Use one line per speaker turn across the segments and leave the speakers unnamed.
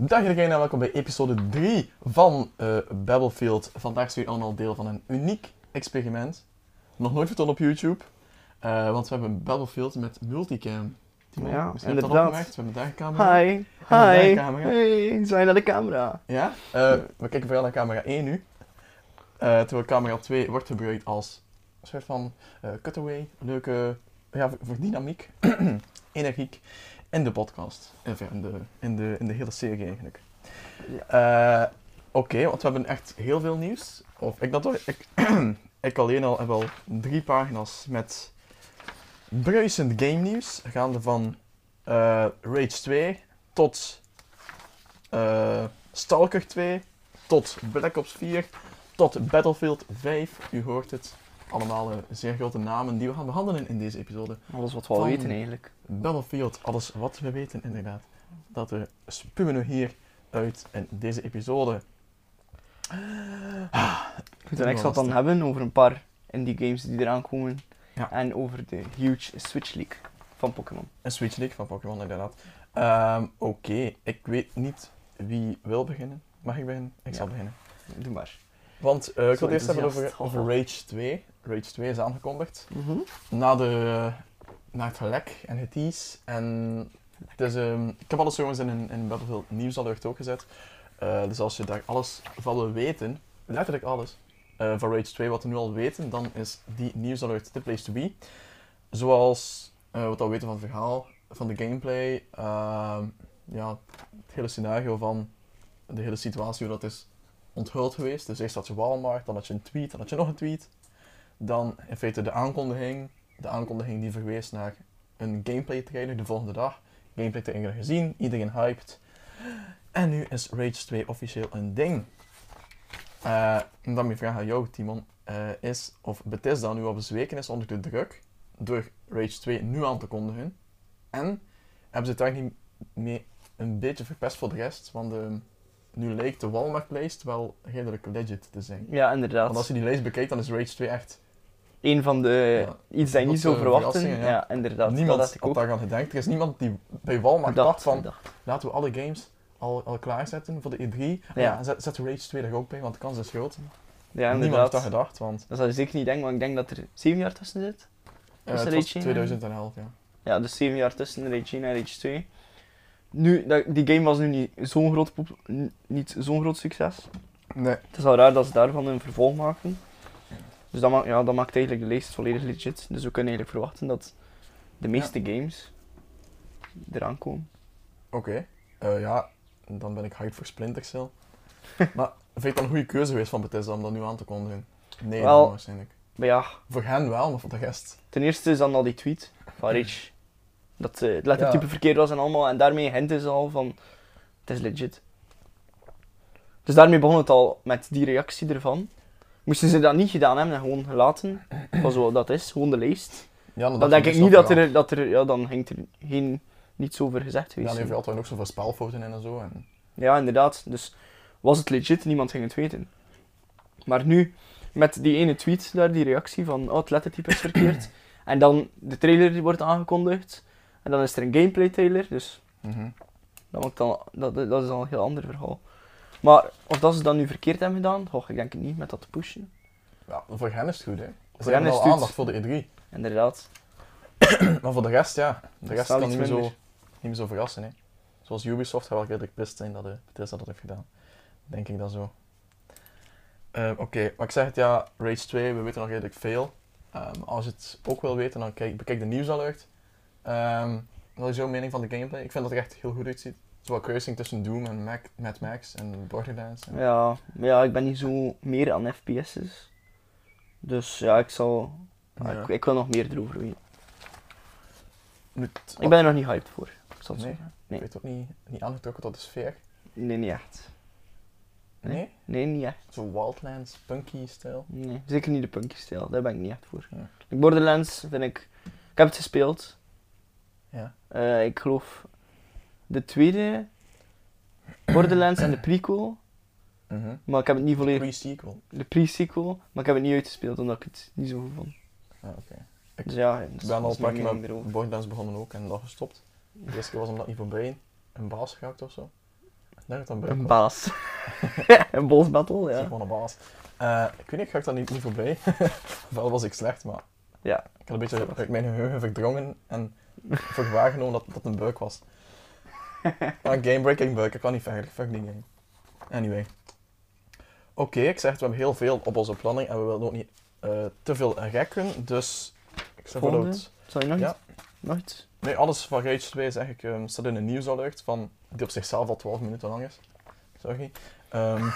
Dag iedereen en welkom bij episode 3 van eh, Battlefield. Vandaag zijn jullie allemaal deel van een uniek experiment. Nog nooit vertoond op YouTube. Eh, want we hebben een Battlefield met multicam. Timo,
Ja,
misschien heb je dat
inderdaad.
opgemerkt. We hebben daar een camera.
Hi,
naar de
hi,
camera.
hey, zijn naar de camera.
Ja? Eh, we kijken vooral naar camera 1 nu. Eh, terwijl camera 2 wordt gebruikt als een soort van eh, cutaway. Leuke, ja, voor- voor dynamiek, energiek in de podcast. Enfin, in de, in de, in de hele serie eigenlijk. Eh, Oké, want we hebben echt heel veel nieuws. Of ik dat toch? Ik, ik alleen al heb al drie pagina's met bruisend game nieuws. Gaande van eh, Rage 2 tot eh, Stalker 2, tot Black Ops 4, tot Battlefield 5. U hoort het. Allemaal eh, zeer grote namen die we gaan behandelen in deze episode.
Alles wat we al
Van-
weten eigenlijk.
Battlefield, alles wat we weten inderdaad. Dat we spuwen we hier uit in deze episode. Ah,
Ik moet er extra
lastig.
dan hebben over een paar indie games die eraan komen.
Ja.
En over de huge Switch League van Pokémon.
Een Switch League van Pokémon inderdaad. Ehm, Oké, ik weet niet wie wil beginnen. Mag ik beginnen? Ik
Ja.
zal beginnen.
Doe maar.
Want eh, ik wil
Zo
het eerst hebben over,
enthousiast.
over Rage 2. Rage 2 is aangekondigd. na, de, na eh, het lek en het tease. En dus, ik heb alles trouwens in, in, in Battlefield Nieuws alert ook gezet. Eh, dus als je daar alles van wil weten, letterlijk alles, eh, van Rage 2 wat we nu al weten, dan is die Nieuws alert the place to be. Zoals eh, wat we weten van het verhaal, van de gameplay, ehm, ja, het hele scenario van de hele situatie, hoe dat is onthuld geweest. Dus eerst had je Walmart, dan had je een tweet, dan had je nog een tweet. Dan in feite de aankondiging. De aankondiging die verwees naar een gameplay trailer de volgende dag. Gameplay trailer gezien, iedereen hyped. En nu is Rage 2 officieel een ding. Eh, en dan mijn vraag aan jou, Timon, eh, is of Bethesda nu al bezweken is onder de druk door Rage 2 nu aan te kondigen. En hebben ze het daar niet mee een beetje verpest voor de rest? Want eh, nu leek de Walmart-lijst wel redelijk legit te zijn.
Ja, inderdaad.
Want als je die lijst bekijkt, dan is Rage 2 echt...
Een van de... Iets dat je niet
grote
zou verwachten.
eh, verrassingen,
Ja.
ja.
inderdaad.
niemand
dat had ik
had
ook
daaraan gedacht. Er is niemand die bij Walmart
gedacht.
dacht van,
gedacht.
laten we alle games al, al klaarzetten voor de E3. Ah Ja.
Ja.
en zet, zet Rage 2 er ook bij, want de kans is groot.
Ja,
niemand had
inderdaad.
dat gedacht, want
Dat zou ik zeker niet denken, want ik denk dat er 7 jaar tussen zit.
eh,
Is er
het was
Rage één?
2011, ja.
Ja, dus 7 jaar tussen Rage 1 en Rage 2. Nu, dat- die game was nu niet zo'n groot, pop- n- niet zo'n groot succes.
Nee.
Het is al raar dat ze daarvan een vervolg maken. Dus dat, maakt ja, dat maakt eigenlijk de lijst volledig legit. Dus we kunnen eigenlijk verwachten dat de meeste games eraan komen.
Oké. Eh, ja, dan ben ik hyped voor Splinter Cell. maar vind je het dan een goede keuze geweest van Bethesda om dat nu aan te kondigen? Nee,
Wel-
dan waarschijnlijk.
Maar ja,
Voor hen wel, maar voor de rest...
ten eerste is dan al die tweet van Rich. Dat eh, het lettertype
Ja.
verkeerd was en allemaal. En daarmee hinten ze al van, het is legit. Dus daarmee begon het al met die reactie ervan. Moesten ze dat niet gedaan hebben en gewoon gelaten, van zo dat is, gewoon de lijst.
Ja,
Dan denk ik niet dat er, dat er, ja dan ging er geen, niets over gezegd
Dan
geweest.
heeft
zijn.
je altijd nog zoveel spelfouten in en zo. En...
Ja, inderdaad. Dus was het legit, niemand ging het weten. Maar nu, met die ene tweet daar, die reactie van, oh, het lettertype is verkeerd. en dan de trailer die wordt aangekondigd. En dan is er een gameplay trailer, dus
Mhm.
dat, maakt dan, dat, dat dat is dan een heel ander verhaal. Maar of dat ze dat nu verkeerd hebben gedaan, och, ik denk het niet, met dat te pushen.
Ja, voor hen is het goed, hè. Ze
hen
hebben
is
al
het goed.
aandacht voor de E E3.
Inderdaad.
Maar voor de rest, ja. De
is
rest
wel
kan
iets
niet meer, zo,
minder.
niet meer zo verrassen. Hè. Zoals Ubisoft gaat wel redelijk pist zijn dat eh, Bethesda dat heeft gedaan. Denk ik dan zo. Eh, Oké, maar ik zeg het ja, Rage 2, we weten nog redelijk veel. Ehm, als je het ook wil weten, dan kijk, bekijk de nieuwsalert. Ehm wat is jouw mening van de gameplay? Ik vind dat het er echt heel goed uitziet. Zowel kruising tussen Doom en Mac, Mad Max en Borderlands. En...
Ja, maar ja, ik ben niet zo meer aan FPS's. Dus ja, ik zal...
Ja.
Ik, ik wil nog meer erover weten.
Moet-
Ik ben er nog niet hyped voor. Ik zal het
Nee?
zeggen.
Ik weet ook niet, niet aangetrokken tot de sfeer.
Nee, niet echt.
Nee?
Nee. Nee, niet echt.
Zo Wildlands, punky-stijl.
Nee, zeker niet de punky-stijl. Daar ben ik niet echt voor.
Ja.
Like, Borderlands vind ik... Ik heb het gespeeld.
Ja.
Eh, ik geloof de tweede Borderlands en de prequel.
Mhm.
Maar ik heb het niet volledig...
Pre-sequel.
De pre-sequel. Maar ik heb het niet uitgespeeld omdat ik het niet zo goed vond.
Ah, oké. Ik-
Dus ja, dat
Ik
is-
ben
dat
al
is
een paar
mijn
keer
mening erover.
met Borderlands begonnen ook en dat gestopt. De eerste keer was omdat niet voorbij een baas geraakt of zo. denk dat dat
Een
Burke was.
baas. een boss battle,
Het is
ja.
gewoon een baas. Eh, ik weet niet, ik ga ik dat niet, niet voorbij. Wel was ik slecht, maar
Ja.
ik had een beetje uit mijn geheugen verdrongen en voor waargenomen dat dat het een buik was. Maar een game-breaking buik, ik kan niet verder. Fuck die game. Anyway. Oké, ik zeg het, we hebben heel veel op onze planning en we willen ook niet eh, te veel rekken, dus... Ik zeg
Volgende?
dat-
Zal je nog
Ja.
iets? Nog iets?
Nee, alles van Rage 2 is eigenlijk, ehm, staat in een nieuwsalert van, die op zichzelf al 12 minuten lang is. Sorry. Ehm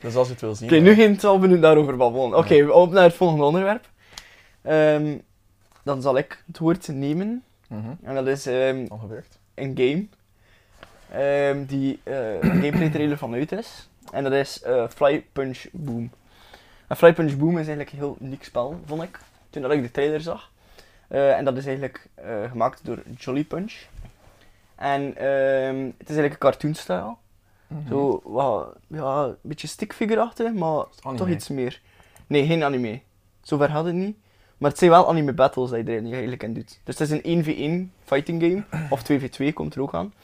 dus als je het wil zien...
Oké, nu geen 12 minuten daarover babbelen. Oké, op naar het volgende onderwerp. Ehm, dan zal ik het woord nemen.
Mhm,
En dat is ehm,
Al gebeurd.
een game. ehm, die eh, een gameplay trailer van uit is. En dat is eh, Fly Punch Boom. En Fly Punch Boom is eigenlijk een heel uniek spel, vond ik. Toen dat ik de trailer zag. Eh, en dat is eigenlijk eh, gemaakt door Jolly Punch. En ehm, het is eigenlijk een cartoonstijl.
Mhm.
Zo, wat, ja, een beetje stickfigure-achtig, maar
Anime.
toch iets meer. Nee, geen anime. Zover had het niet. Maar het zijn wel anime battles dat je er eigenlijk in doet. Dus het is een 1v1 fighting game. Of 2v2 komt er ook aan.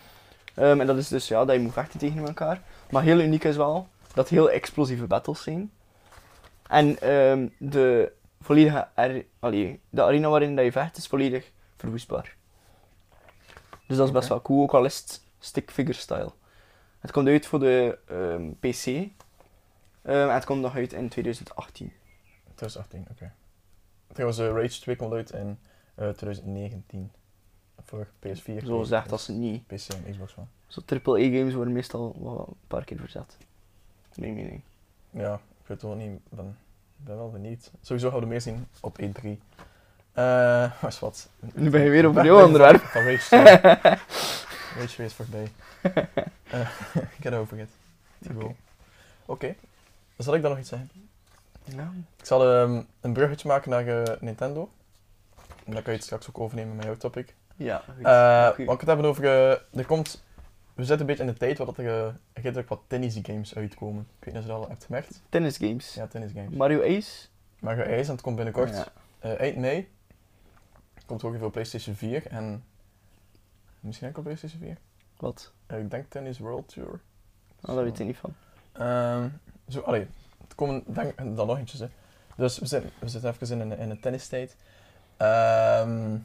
Ehm, en dat is dus ja, dat je moet vechten tegen elkaar. Maar heel uniek is wel dat het heel explosieve battles zijn. En ehm, de volledige ar- allee, de arena waarin dat je vecht is volledig verwoestbaar. Dus dat is best
Oké.
wel cool, ook al is het stick figure style. Het komt uit voor de ehm, PC. Ehm, en het komt nog uit in 2018.
2018, oké. Trouwens, eh, Rage 2 komt uit in eh, 2019. Voor PS4.
Zo zegt dat ze niet.
PC en Xbox One.
Zo triple E-games worden meestal wel een paar keer verzet. Mijn mening.
Ja, ik weet het ook niet. Ik ben, ik ben wel benieuwd. Sowieso gaan we meer zien op E3. Eh, maar is wat.
Nu ben je weer op
Ik ben
jouw
van-
onderwerp.
Van Rage 2. Rage 2 is voorbij. Eh, get over it. Oké.
Oké.
Oké. Zal ik dan nog iets zeggen?
Ja.
Ik zal ehm, een bruggetje maken naar eh, Nintendo. En dan kan je het straks ook overnemen met jouw topic.
Ja, goed.
Eh,
Oké.
wat ik het hebben over. eh, er komt, we zitten een beetje in de tijd waar dat er eh, redelijk wat tennisgames uitkomen. Ik weet niet of je dat al hebt gemerkt.
Tennis games.
Ja, tennisgames.
Mario Ace.
Maar je ijs, en het komt binnenkort
Ja.
eh, 8 mei. Komt ook weer voor PlayStation 4 en. Misschien ook op PlayStation 4.
Wat?
Eh, ik denk Tennis World Tour.
Oh, daar weet je niet van.
Ehm, zo, allee, het komen denk, dan nog eentjes, hè. Dus we zitten, we zitten even in een, in een tennistijd. Ehm,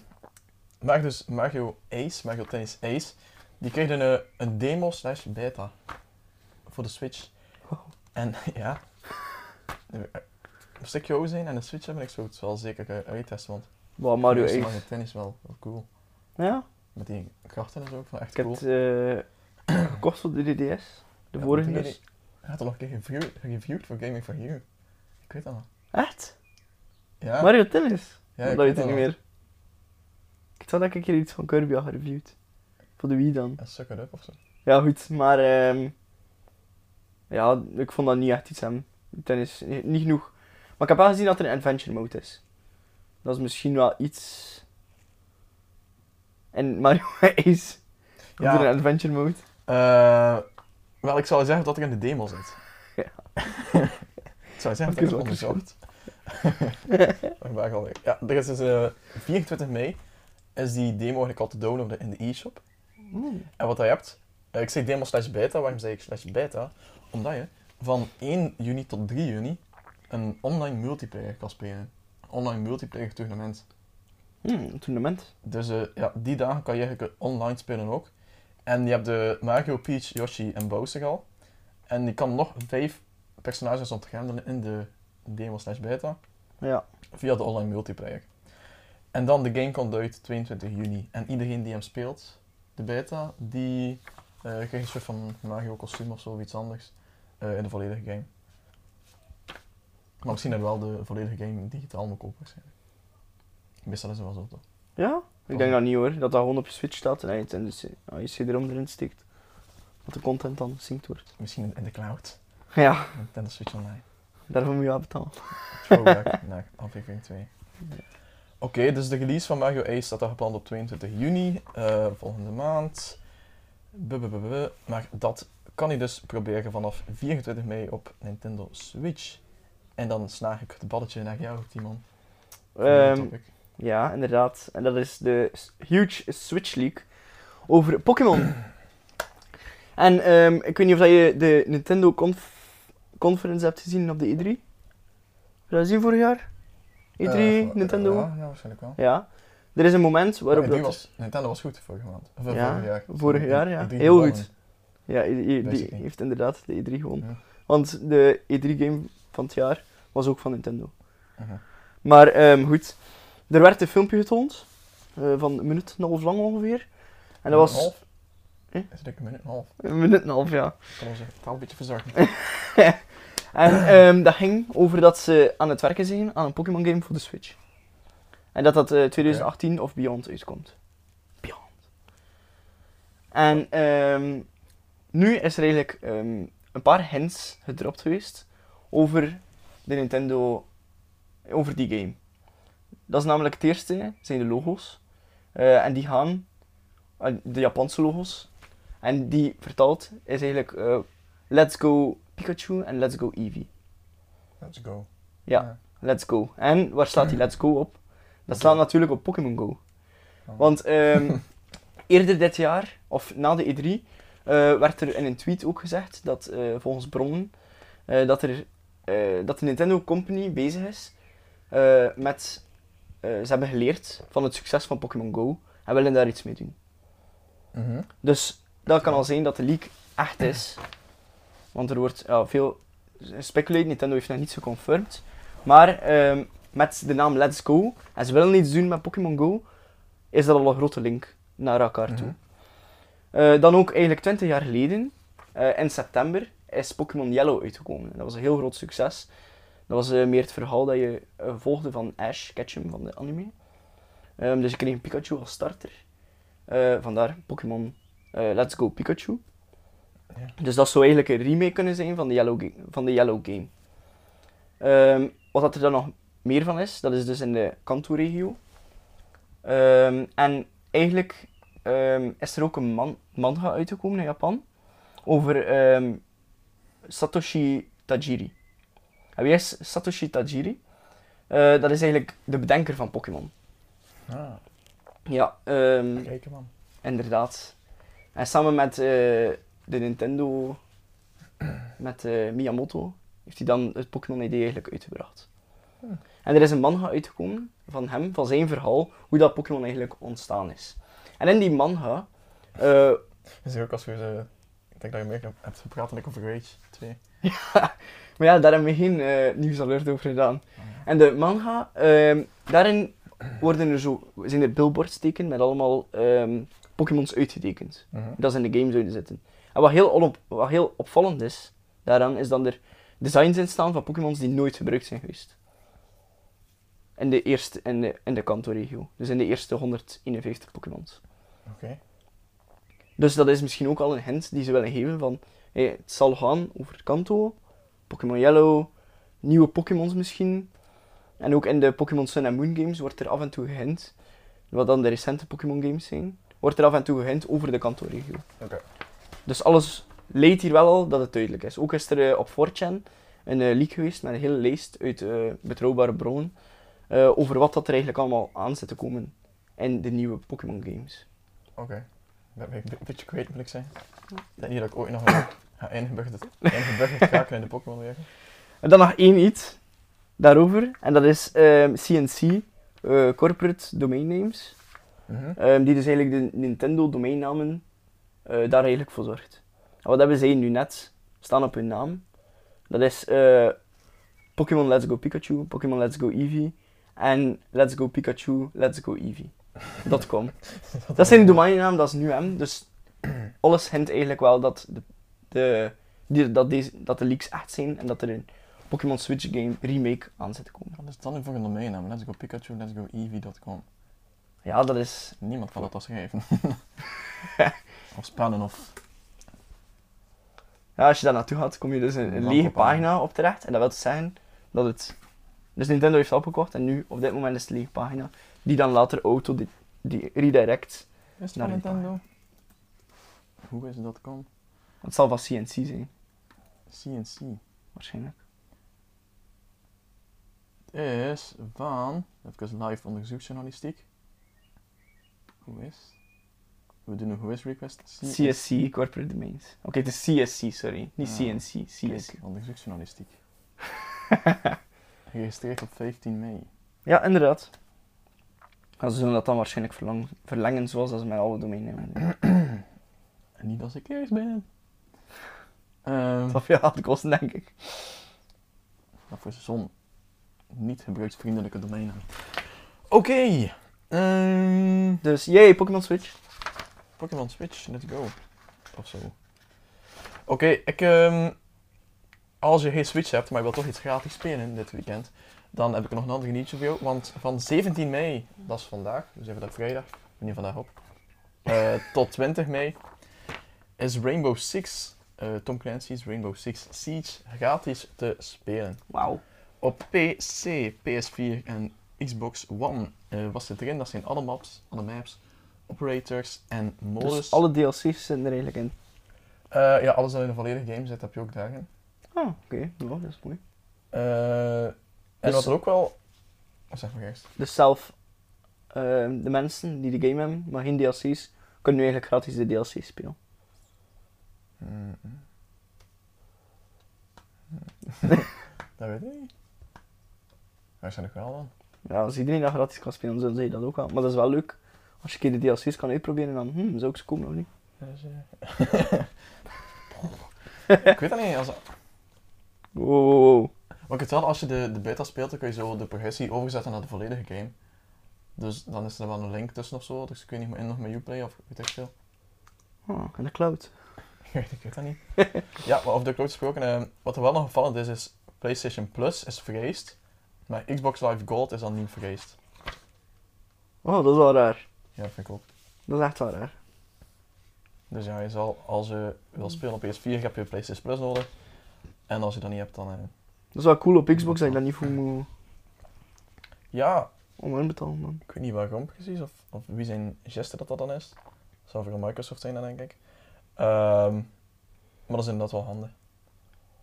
maar dus Mario Ace, Mario Tennis Ace, die kreeg een, eh, een demo slash beta voor de Switch.
Wow.
En ja, als ik jou zijn en een Switch hebben, ik zou het wel zeker eh, uittesten, want
Wow, Mario
is
Oh, Ace.
Mario Tennis wel, wel cool.
Ja,
Met die krachten en zo, ik vond het echt
ik heb
cool.
het eh, gekocht voor de DDS. De
Ja,
vorige
maar toen
dus.
Hij had al een keer geviewd- geviewd voor Gaming for You. Ik weet dat nog.
Echt?
Ja.
Mario Tennis?
Ah. Ja,
dat
ik
weet
weet
ik niet
dat
meer. Ik dacht dat ik een keer iets van Kirby had gereviewd. Voor de Wii dan.
Ja, suck it up of zo.
Ja, goed, maar... ehm, ja, ik vond dat niet echt iets hem. Tennis, ni- niet genoeg. Maar ik heb wel gezien dat er een adventure mode is. Dat is misschien wel iets... En Mario Ace. Komt
Ja.
er een adventure mode?
Eh, wel, ik zou zeggen dat ik in de demo zit.
Ja.
ik zou zeggen
Oké,
dat ik
zo,
het
oké, zo.
onderzocht. Waar waren we alweer? Ja, er is dus eh, 24 mei is die demo eigenlijk al te downloaden op de- in de e-shop. En wat je hebt, eh, ik zeg demo slash beta, waarom zeg ik slash beta? Omdat je van 1 juni tot 3 juni een online multiplayer kan spelen. Online multiplayer tournament.
Hmm, een toernooi.
Dus eh, ja, die dagen kan je eigenlijk eh, online spelen ook. En je hebt de Mario, Peach, Yoshi en Bowser al. En je kan nog vijf personages ontgrendelen in de demo slash beta
Ja.
via de online multiplayer. En dan de game komt uit 22 juni. En iedereen die hem speelt, de beta, die eh, krijgt een soort van Mario kostuum of zo, of iets anders eh, in de volledige game. Maar misschien er wel de volledige game digitaal moet kopen waarschijnlijk. Meestal is het dus wel zo toch?
Ja? Ik
Oh.
denk dat niet hoor, dat dat gewoon op je Switch staat en hij het in de C- ja, je CD-ROM erin steekt. Dat de content dan gesynced wordt.
Misschien in de cloud.
Ja,
Nintendo Switch Online.
daarvoor moet je wel betalen.
Throwback naar aflevering 2. Oké, dus de release van Mario Ace staat al gepland op 22 juni, eh, volgende maand. Bububububub. Maar dat kan je dus proberen vanaf 24 mei op Nintendo Switch. En dan snaag ik het balletje naar jou, Timon. voor jouw
Ehm,
topic.
ja, inderdaad. En dat is de s- Huge Switch League over Pokémon. En ehm, ik weet niet of dat je de Nintendo Conf- Conference hebt gezien op de E3. Heb je dat gezien vorig jaar? E3,
Eh,
Nintendo.
Ja, ja, waarschijnlijk wel.
ja. Er is een moment waarop
Nee,
dat...
nu was, Nintendo was goed vorige maand. Of eh,
Ja,
vorig jaar.
vorig
Die-
jaar, ja.
die drie
Heel
gewonnen.
goed. Ja, i- i-
Weet
die
ik niet.
heeft inderdaad de E3 gewonnen.
Ja.
Want de E3-game van het jaar was ook van Nintendo.
Mhm.
Maar ehm, goed, er werd een filmpje getoond, eh, van een minuut en een half lang ongeveer. En dat
Een
was...
half?
Eh?
Is het ook een minuut en een half?
Een minuut en een half, ja.
Ik kan onze taal een beetje verzorgen.
En ehm, dat ging over dat ze aan het werken zijn aan een Pokémon game voor de Switch. En dat dat eh, 2018 of Beyond uitkomt. Beyond. En ehm, nu is er eigenlijk ehm, een paar hints gedropt geweest over de Nintendo, over die game. Dat is namelijk het eerste, zijn de logo's. Eh, en die gaan, eh, de Japanse logo's. En die vertaald is eigenlijk eh, Let's Go Pikachu en Let's Go Eevee.
Let's go.
Ja. Let's Go. En waar staat die Let's Go op? Dat staat natuurlijk op Pokémon Go. Want ehm, eerder dit jaar, of na de E3, eh, werd er in een tweet ook gezegd dat eh, volgens bronnen eh, dat, er, eh, dat de Nintendo Company bezig is eh, met. eh, ze hebben geleerd van het succes van Pokémon Go en willen daar iets mee doen.
Mhm.
Dus dat kan al zijn dat de leak echt is. Want er wordt ja, veel speculate, Nintendo heeft nog niets geconfirmed. Maar ehm, met de naam Let's Go, en ze willen iets doen met Pokémon Go, is dat al een grote link naar elkaar toe.
Mhm.
Eh, dan ook eigenlijk 20 jaar geleden, eh, in september, is Pokémon Yellow uitgekomen. Dat was een heel groot succes. Dat was eh, meer het verhaal dat je eh, volgde van Ash Ketchum van de anime. Ehm, dus je kreeg een Pikachu als starter. Eh, vandaar Pokémon eh, Let's Go Pikachu.
Ja.
Dus dat zou eigenlijk een remake kunnen zijn van de Yellow, Ga- van de Yellow Game. Ehm, wat dat er dan nog meer van is, dat is dus in de Kanto-regio. Ehm, en eigenlijk ehm, is er ook een man manga uitgekomen in Japan over ehm, Satoshi Tajiri. En wie is Satoshi Tajiri? Eh, dat is eigenlijk de bedenker van Pokémon.
Ah,
Ja, ehm,
kijken man.
Inderdaad. En samen met eh, de Nintendo, met eh, Miyamoto, heeft hij dan het Pokémon-idee eigenlijk uitgebracht.
Hm.
En er is een manga uitgekomen van hem, van zijn verhaal, hoe dat Pokémon eigenlijk ontstaan is. En in die manga, eh,
Is er ook als we... eh, ik denk dat je meer hebt- hebt gepraat dan ik over Rage 2.
maar ja, daar hebben we geen eh nieuwsalert over gedaan. En de manga, ehm, daarin worden er zo, zijn er billboards tekenen met allemaal ehm, Pokémons uitgetekend.
Mhm.
dat ze in de game zouden zitten. En wat heel, onop- wat heel opvallend is daaraan, is dat er designs in staan van Pokémons die nooit gebruikt zijn geweest. In de, eerste, in de, in de Kanto-regio. Dus in de eerste 151 Pokémons.
Oké.
Dus dat is misschien ook al een hint die ze willen geven van... hé, het zal gaan over Kanto, Pokémon Yellow, nieuwe Pokémons misschien. En ook in de Pokémon Sun en Moon games wordt er af en toe gehint... Wat dan de recente Pokémon games zijn, wordt er af en toe gehint over de Kanto-regio.
Oké.
Dus alles leidt hier wel al dat het duidelijk is. Ook is er eh, op 4chan een eh, leak geweest met een hele lijst uit eh, betrouwbare bronnen eh, over wat dat er eigenlijk allemaal aan zit te komen in de nieuwe Pokémon games.
Oké. Dat ben ik een beetje kwijt, moet ik zeggen. Ik denk niet dat ik ooit nog wel ga ingeburgerd, ingeburgerd raken in de Pokémon-wereld.
En dan nog één iets daarover, en dat is ehm, CNC, eh, Corporate Domain Names,
Mhm.
ehm, die dus eigenlijk de Nintendo domeinnamen eh, daar eigenlijk voor zorgt. En wat hebben zij nu net staan op hun naam? Dat is eh, Pokémon Let's Go Pikachu, Pokémon Let's Go Eevee en Let's Go Pikachu, Let's Go Eevee. Dat komt. Dat zijn de domeinnaam, dat is nu hem. Dus alles hint eigenlijk wel dat de, de, die- dat, deze, dat de leaks echt zijn en dat er een Pokémon Switch game remake aan zit te komen.
Wat is dat nu voor een domeinnaam? Let's go Pikachu, let's go Eevee.com.
Ja, dat is.
Niemand kan dat als geven. of spannen of...
Ja, als je daar naartoe gaat, kom je dus een, een
Een
lege
wankelpagina.
pagina op terecht. En dat wil dus zeggen dat het. Dus Nintendo heeft het opgekocht en nu op dit moment is het een lege pagina. Die dan later auto die, die redirect.
Is het
Naar
van
die
Nintendo? Hoe is dat .com?
Het zal van CNC zijn,
CNC.
waarschijnlijk.
Het is van... Even live onderzoeksjournalistiek. Hoe is... we doen een host request.
CSC, Corporate Domains. Oké, het is CSC, sorry. Niet
Ah.
CNC, CSC.
Kijk, want ik zoek journalistiek. Geregistreerd op 15 mei.
Ja, inderdaad. Ja, ze zullen dat dan waarschijnlijk verlang- verlengen, zoals dat ze met alle domeinnamen doen.
En niet als ik eerst ben. Ehm,
Dat veel geld kosten, denk ik.
Maar voor zo'n niet gebruiksvriendelijke domein. Oké. ehm,
Dus, yay, Pokémon Switch.
Pokémon Switch, let's go. Of zo. Oké, ik... ehm, als je geen Switch hebt, maar je wilt toch iets gratis spelen dit weekend, dan heb ik nog een ander nieuwtje voor jou. Want van 17 mei, dat is vandaag, dus even dat vrijdag, we nemen vandaag op, eh, tot 20 mei is Rainbow Six, eh, Tom Clancy's Rainbow Six Siege, gratis te spelen.
Wauw.
Op PC, PS4 en Xbox One eh, was het erin. Dat zijn alle maps, alle maps, operators en modus.
Dus alle DLC's zitten er eigenlijk in.
Eh, ja, alles dat in een volledige game zit, heb je ook daarin.
Ah, oké. Ja, dat is mooi.
Eh, en
Dus-
wat er ook wel... Oh, zeg maar eerst.
Dus zelf ehm, de mensen die de game hebben, maar geen DLC's, kunnen nu eigenlijk gratis de DLC spelen.
Mm. dat weet ik niet. Waarschijnlijk wel dan.
Ja, als iedereen dat gratis kan spelen, zullen zij dat ook wel. Maar dat is wel leuk. Als je een keer de DLC's kan uitproberen, dan hmm, zou ik ze komen of niet.
Dus, eh, ik weet dat niet. Als,
Wow, wow, wow.
Maar ik weet wel, als je de, de beta speelt, dan kun je zo de progressie overzetten naar de volledige game. Dus dan is er wel een link tussen of zo. Dus ik weet niet meer in nog met Uplay of weet ik veel.
Ah, en de cloud.
Ik weet, ik weet dat niet. ja, maar over de cloud gesproken, eh, wat er wel nog opvallend is, is PlayStation Plus is vreesd. Maar Xbox Live Gold is dan niet vreesd.
Oh, dat is wel raar.
Ja, dat vind ik ook.
Dat is echt wel raar.
Dus ja, je zal, als je wil spelen op PS4, heb je PlayStation Plus nodig. En als je dat niet hebt, dan... eh,
Dat is wel cool op Xbox dat je daar niet voor moet
ja,
om inbetalen, man.
Ik weet niet waarom precies, of, of wie zijn geste dat dat dan is. Zou voor Microsoft zijn dan, denk ik. Ehm, maar dat is inderdaad wel handig.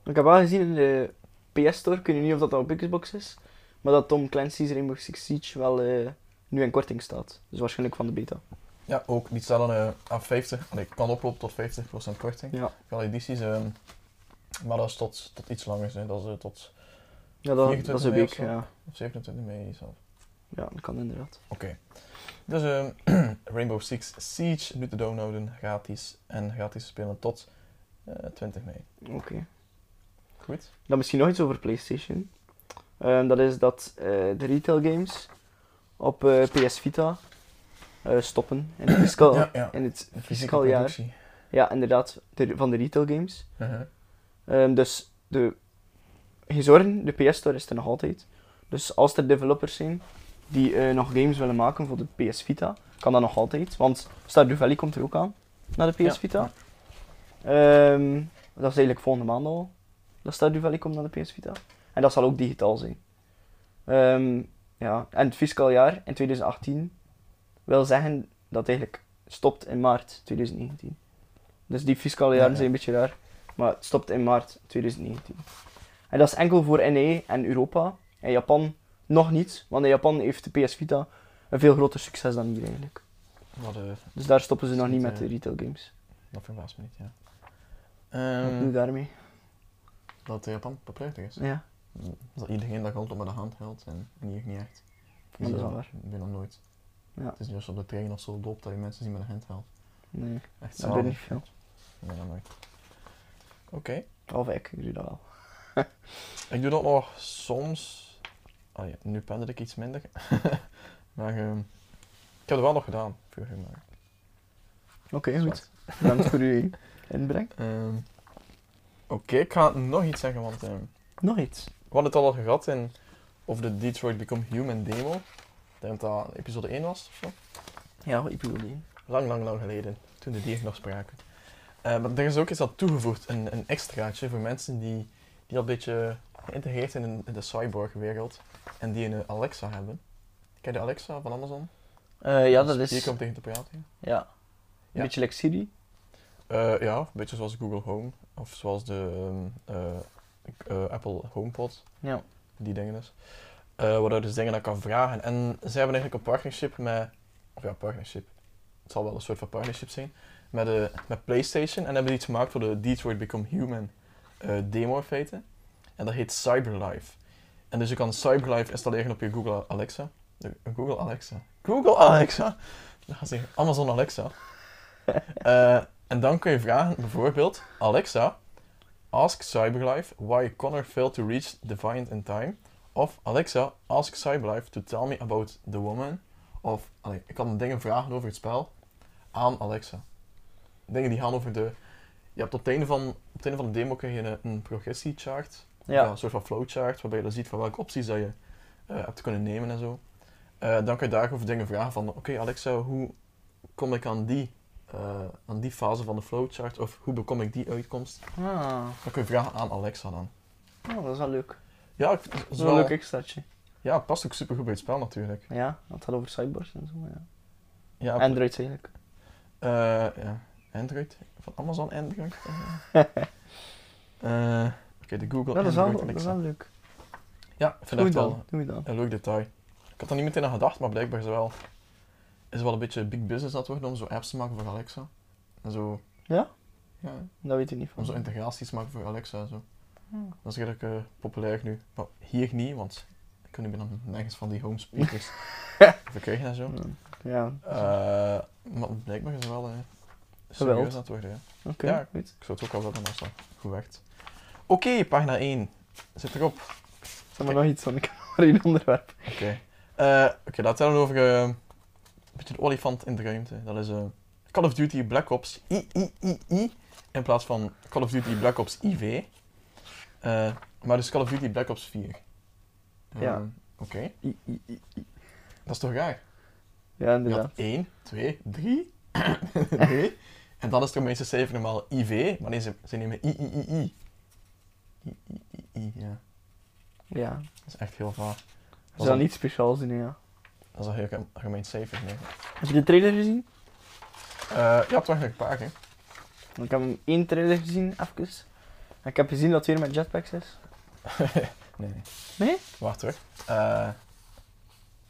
Ik heb wel gezien in de PS Store, ik weet niet of dat op Xbox is, maar dat Tom Clancy's Rainbow Six Siege wel eh, nu in korting staat. Dus waarschijnlijk van de beta.
Ja, ook, die staat dan eh, aan 50, allee, kan oplopen tot 50% korting.
Ja.
Veel edities, ehm, maar dat is tot, tot iets langer, hè. dat is eh, tot
Ja, dat,
24
dat is een
mei
week,
of zo.
ja.
27 mei zelf.
Ja, dat kan inderdaad.
Oké. Dus ehm, Rainbow Six Siege, nu te downloaden, gratis. En gratis te spelen tot eh, 20 mei.
Oké.
Goed.
Dan misschien nog iets over PlayStation. Ehm, dat is dat eh, de retail games op eh, PS Vita eh, stoppen in het fiscaal,
Ja, ja.
In het
Een
fiscaal jaar. Ja, inderdaad, de- van de retail games.
Mhm.
Ehm, dus de, geen zorgen, de PS Store is er nog altijd. Dus als er developers zijn die eh, nog games willen maken voor de PS Vita, kan dat nog altijd. Want Stardew Valley komt er ook aan, naar de PS
Ja.
Vita. Ehm, dat is eigenlijk volgende maand al, dat Stardew Valley komt naar de PS Vita. En dat zal ook digitaal zijn. Ehm, ja. En het fiscaal jaar in 2018 wil zeggen dat het eigenlijk stopt in maart 2019. Dus die fiscale
Ja,
jaren
ja.
zijn een beetje raar. Maar het stopt in maart 2019. En dat is enkel voor NE en Europa. En Japan nog niet, want in Japan heeft de PS Vita een veel groter succes dan hier eigenlijk.
Wat, eh,
Dus daar stoppen ze nog niet
Niet,
met de
eh,
retail games.
dat verbaast me niet, ja.
Wat
Ehm,
doe je daarmee?
Dat eh, Japan populairder is.
Ja.
Dat iedereen dat rondom met de hand houdt en, en hier niet echt.
dat is wel waar.
Binnen nooit.
Ja.
Het is niet als je op de trein of zo loopt dat je mensen zien met een handheld.
Nee,
Echt
dat doe ik
zalig.
niet veel.
Nee, dat nooit. Oké.
Of ik, ik doe dat wel.
Ik doe dat nog soms. Ah ja, nu pendel ik iets minder. maar ehm, ik heb het wel nog gedaan vroeger. Maar,
Oké,
Zwart.
goed. Bedankt voor uw inbreng.
Ehm, Oké, ik ga nog iets zeggen, want ehm,
Nog iets.
We hadden het al gehad in of de Detroit Become Human demo. Ik denk dat dat episode 1 was of zo.
Ja, wat ik bedoel niet.
Lang, lang, lang geleden, toen de dieren nog spraken. Eh, maar er is ook iets aan toegevoegd, een, een extraatje voor mensen die, die al een beetje geïntegreerd zijn in, in de cyborg-wereld en die een Alexa hebben. Ken je de Alexa van Amazon?
Eh, ja, dat
Dus Hier
is...
komt tegen te praten.
Ja. Een
Ja.
beetje like Siri.
Eh, ja, een beetje zoals Google Home of zoals de ehm, eh, eh, Apple HomePod.
Ja.
die dingen is. Eh waardoor je dus dingen aan kan vragen. En zij hebben eigenlijk een partnership met, of ja, partnership. het zal wel een soort van partnership zijn, met, eh, met PlayStation. En hebben ze iets gemaakt voor de Detroit Become Human eh, demo in feite. En dat heet CyberLife. En dus je kan CyberLife installeren op je Google Alexa. Eh, Google Alexa. Google Alexa! Dat gaat zeggen, Amazon Alexa. Eh, en dan kun je vragen, bijvoorbeeld, Alexa, ask CyberLife why Connor failed to reach Defiant in time. Of Alexa, ask CyberLife to tell me about the woman. Of, allee, ik kan dingen vragen over het spel aan Alexa. Dingen die gaan over de... Je hebt op het einde van, op het einde van de demo kun je een, een progressiechart ja.
Ja.
een soort van flowchart, waarbij je dan ziet van welke opties dat je eh, hebt kunnen nemen en zo. Eh, dan kun je daarover dingen vragen van, oké Alexa, hoe kom ik aan die, eh, aan die fase van de flowchart, of hoe bekom ik die uitkomst?
Ah,
Dan kun je vragen aan Alexa dan.
oh, dat is wel leuk.
Ja, ik- dat
Dat
is
is wel een
wel,
leuk extraatje.
ja, het past ook super goed bij het spel natuurlijk.
Ja, dat gaat over cyborgs en zo. Ja.
Ja,
Androids eigenlijk.
eh, ja. Android, van Amazon Android. eh. Eh, oké, de Google
Ja, dat is wel,
Android
dat
Alexa.
is wel leuk.
Ja, ik vind
Doe je
dat wel
dan. Doe je dan.
Een leuk detail. Ik had er niet meteen aan gedacht, maar blijkbaar is het wel, is het wel een beetje big business dat wordt om zo apps te maken voor Alexa. En zo.
Ja?
Ja,
Dat weet ik niet van.
om zo integraties te maken voor Alexa en zo.
Hmm.
Dat is redelijk eh, populair nu. Maar hier niet, want ik kan nu bijna nergens van die home speakers verkrijgen en zo.
Ja,
Eh, maar blijkbaar is het wel eh serieus
Geweld.
aan het worden. Ja.
oké.
ja.
Goed.
Ik zou het ook al willen als dat goed werkt. Oké, pagina 1. Zit erop.
Zeg maar nog iets, want ik heb nog maar één onderwerp.
Oké. Eh, Oké, laten we het over eh, een beetje de olifant in de ruimte. Dat is eh, Call of Duty Black Ops III in plaats van Call of Duty Black Ops IV. Eh, maar dus Call of Duty Black Ops 4. Eh,
Ja.
Oké,
I, I, I, I.
dat is toch raar?
Ja,
Je had
inderdaad.
1, 2, 3, 3. En dan is het Romeinse cijfer normaal IV, maar nee, ze, ze nemen III. III, ja.
Ja.
Dat is echt heel vaag.
Ze
Dat
zal
is
niet speciaal zien, ja.
Dat is een heel gem- gemeend cijfer, nee.
Heb je de trailer gezien?
Eh, ja, toch een paar, hè.
Ik heb hem één trailer gezien, even. En ik heb gezien dat hij weer met jetpacks is.
Nee, nee.
Nee?
Wacht hoor. Eh,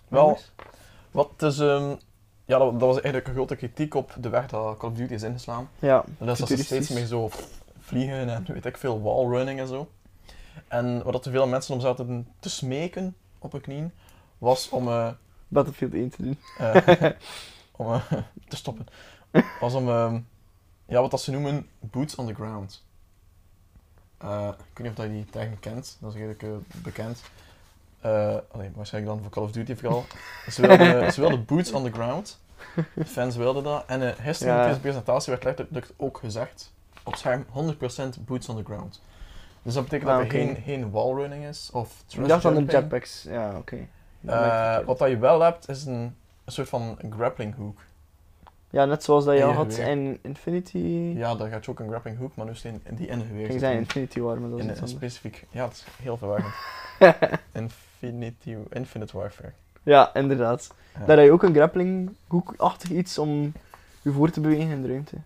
wel,
Jongens?
wat is... ehm, ja, dat, dat was eigenlijk een grote kritiek op de weg dat Call of Duty is ingeslaan.
Ja.
Dat is dat ze steeds
Futuristisch.
meer zo vliegen en weet ik veel, wallrunning en zo. En wat dat er veel mensen om zaten te smeken op hun knieën, was om, eh,
Battlefield 1 te doen.
eh, om eh, te stoppen. Was om, ehm, ja, wat dat ze noemen, boots on the ground. Eh, ik weet niet of dat je die term kent, dat is redelijk eh, bekend. Eh, allee, waarschijnlijk dan voor Call of Duty vooral. ze, wilden, eh, ze wilden boots on the ground. De fans wilden dat. En eh gisteren
Ja.
in deze presentatie werd letterlijk ook gezegd, op scherm 100% boots on the ground. Dus dat betekent
Ah,
dat
oké.
er geen, geen wallrunning is of
Ik
thrust
dacht aan de
jumping.
jetpacks. Ja, oké. Dat lijkt
Eh,
verkeerd.
wat dat je wel hebt, is een, een soort van grappling hook.
Ja, net zoals dat je
in
al
je
had
geweer.
in Infinity.
Ja, daar gaat je ook een grappling hook, maar nu is het in die in een geweer.
Ik
zitten.
zei Infinity War, maar dat is
in
iets
een
anders.
specifiek. Ja, dat is heel verwarrend. Infinity, Infinite Warfare.
Ja, inderdaad.
Ja.
Daar heb je ook een grappling hoekachtig iets om je voor te bewegen in de ruimte.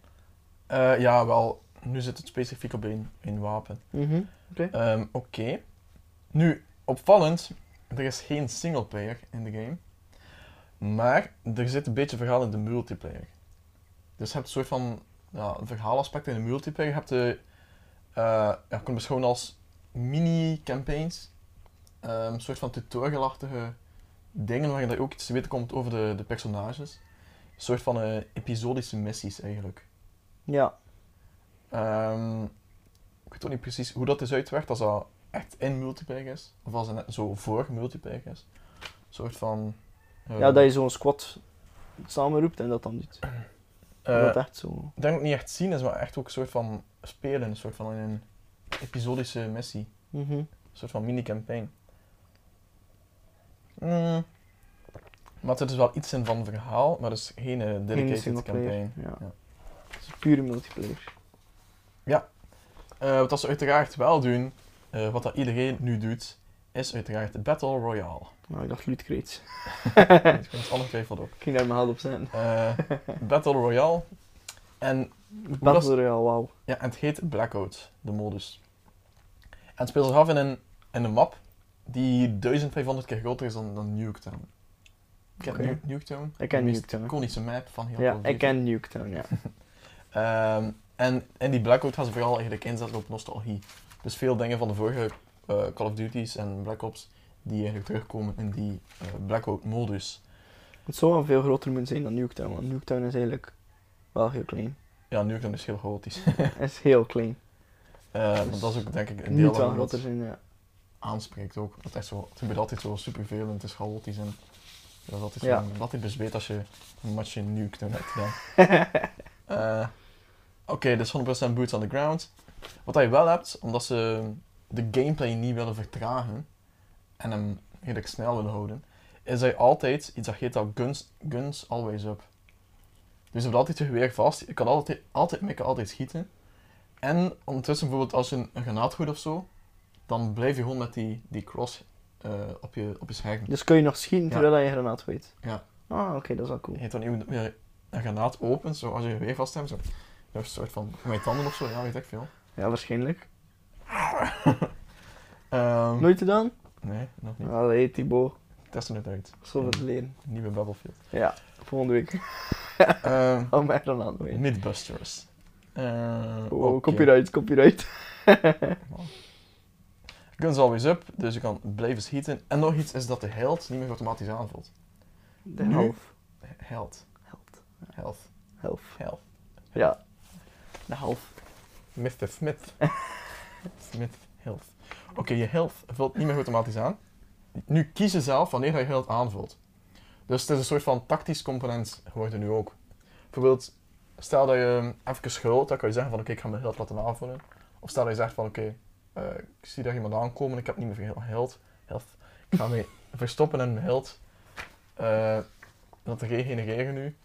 Eh, ja, wel, nu zit het specifiek op één, één wapen.
Mhm. Oké.
Ehm, Oké. Nu, opvallend, er is geen singleplayer in de game. Maar er zit een beetje verhaal in de multiplayer. Dus je hebt een soort van ja, een verhaalaspect in de multiplayer. Je hebt de, eh ja, je kunt beschouwen als mini-campaigns. Ehm, een soort van tutorialachtige dingen waarin je ook iets te weten komt over de, de personages. Een soort van eh, episodische missies eigenlijk.
Ja.
Ehm, ik weet ook niet precies hoe dat is uitgewerkt, als dat echt in multiplayer is, of als het net zo voor multiplayer is. Een soort van... eh,
ja, dat je zo'n squad samenroept en dat dan doet.
eh,
dat echt zo.
ik denk dat het niet echt zien is, maar echt ook een soort van spelen, een soort van een episodische missie.
Mhm.
Een soort van mini-campaign. Mm. Maar er is wel iets in van verhaal, maar het is geen eh,
Geen
dedicated
singleplayer.
campaign.
Ja.
Ja.
Het is pure multiplayer.
Eh, wat dat ze uiteraard wel doen, eh, wat dat iedereen nu doet, is uiteraard de Battle Royale.
Nou, ik dacht Loot
Ik ben het alle twijfel op.
Ik ging daar mijn hand op zetten.
Eh, Battle Royale. En,
Battle Royale, wauw.
ja, en het heet Blackout, de modus. En het speelt zich af in een, in een map die 1500 keer groter is dan, dan Nuketown. Ik ken
Oké.
Nu- Nuketown.
Ik ken
De meest
Nuketown, hè.
iconische map van heel
Ja,
veel
ik ken Nuketown, ja.
Ehm, en in die Blackout gaan ze vooral eigenlijk inzetten op nostalgie. Dus veel dingen van de vorige eh, Call of Duty's en Black Ops die eigenlijk terugkomen in die eh, Blackout-modus.
Het zou wel veel groter moeten zijn dan Nuketown, want Nuketown is eigenlijk wel heel klein.
Ja, nu is heel chaotisch.
is heel klein.
Eh, want
Dus
dat is ook denk ik
Het
een deel
moet wel
van wat
groter zijn, ja.
aanspreekt ook. Dat echt zo, het gebeurt altijd zo superveel en het is chaotisch. En dat is altijd,
Ja.
zo, altijd bezweet als je een matchje nuke hebt gedaan. Eh, Oké, dus 100% boots on the ground. Wat je wel hebt, omdat ze de gameplay niet willen vertragen en hem redelijk snel willen houden, is hij altijd iets dat heet dat guns, guns always up. Dus je hebt altijd je geweer vast, je kan altijd, altijd, je kan altijd schieten. En ondertussen bijvoorbeeld als je een, een granaat gooit of zo, dan blijf je gewoon met die, die cross eh, op je, op je scherm.
Dus kun je nog schieten
Ja.
terwijl je een granaat gooit?
Ja.
Ah, oké, dat is wel cool.
Je heet dan iemand weer een granaat open, zo als je je geweer vast hebt, zo. Nog een soort van met je tanden of zo, ja, weet ik veel.
Ja, waarschijnlijk.
Ehm,
Nooit gedaan?
Nee, nog niet.
Allee, Thibaut.
Testen het uit.
Zoveel te leren.
Nieuwe Battlefield.
Ja, volgende week.
Ehm,
Hou mij granaat mee.
Mythbusters. Eh,
Oh,
oké.
copyright, copyright.
Guns always up, dus je kan blijven schieten. En nog iets is dat de held niet meer automatisch aanvalt.
De
Nu?
helft.
Held.
Helft.
Health.
Helft.
Health.
Ja. De helft.
Mr. Smith. Smith. Health. Oké, je health vult niet meer automatisch aan. Nu kies je zelf wanneer je health aanvult. Dus het is een soort van tactisch component geworden nu ook. Bijvoorbeeld, stel dat je even schuld, dan kan je zeggen van oké, ik ga mijn health laten aanvullen. Of stel dat je zegt van oké, eh, ik zie dat iemand aankomen, ik heb niet meer veel health. health. Ik ga mee verstoppen in mijn health. Eh dat regenereren nu.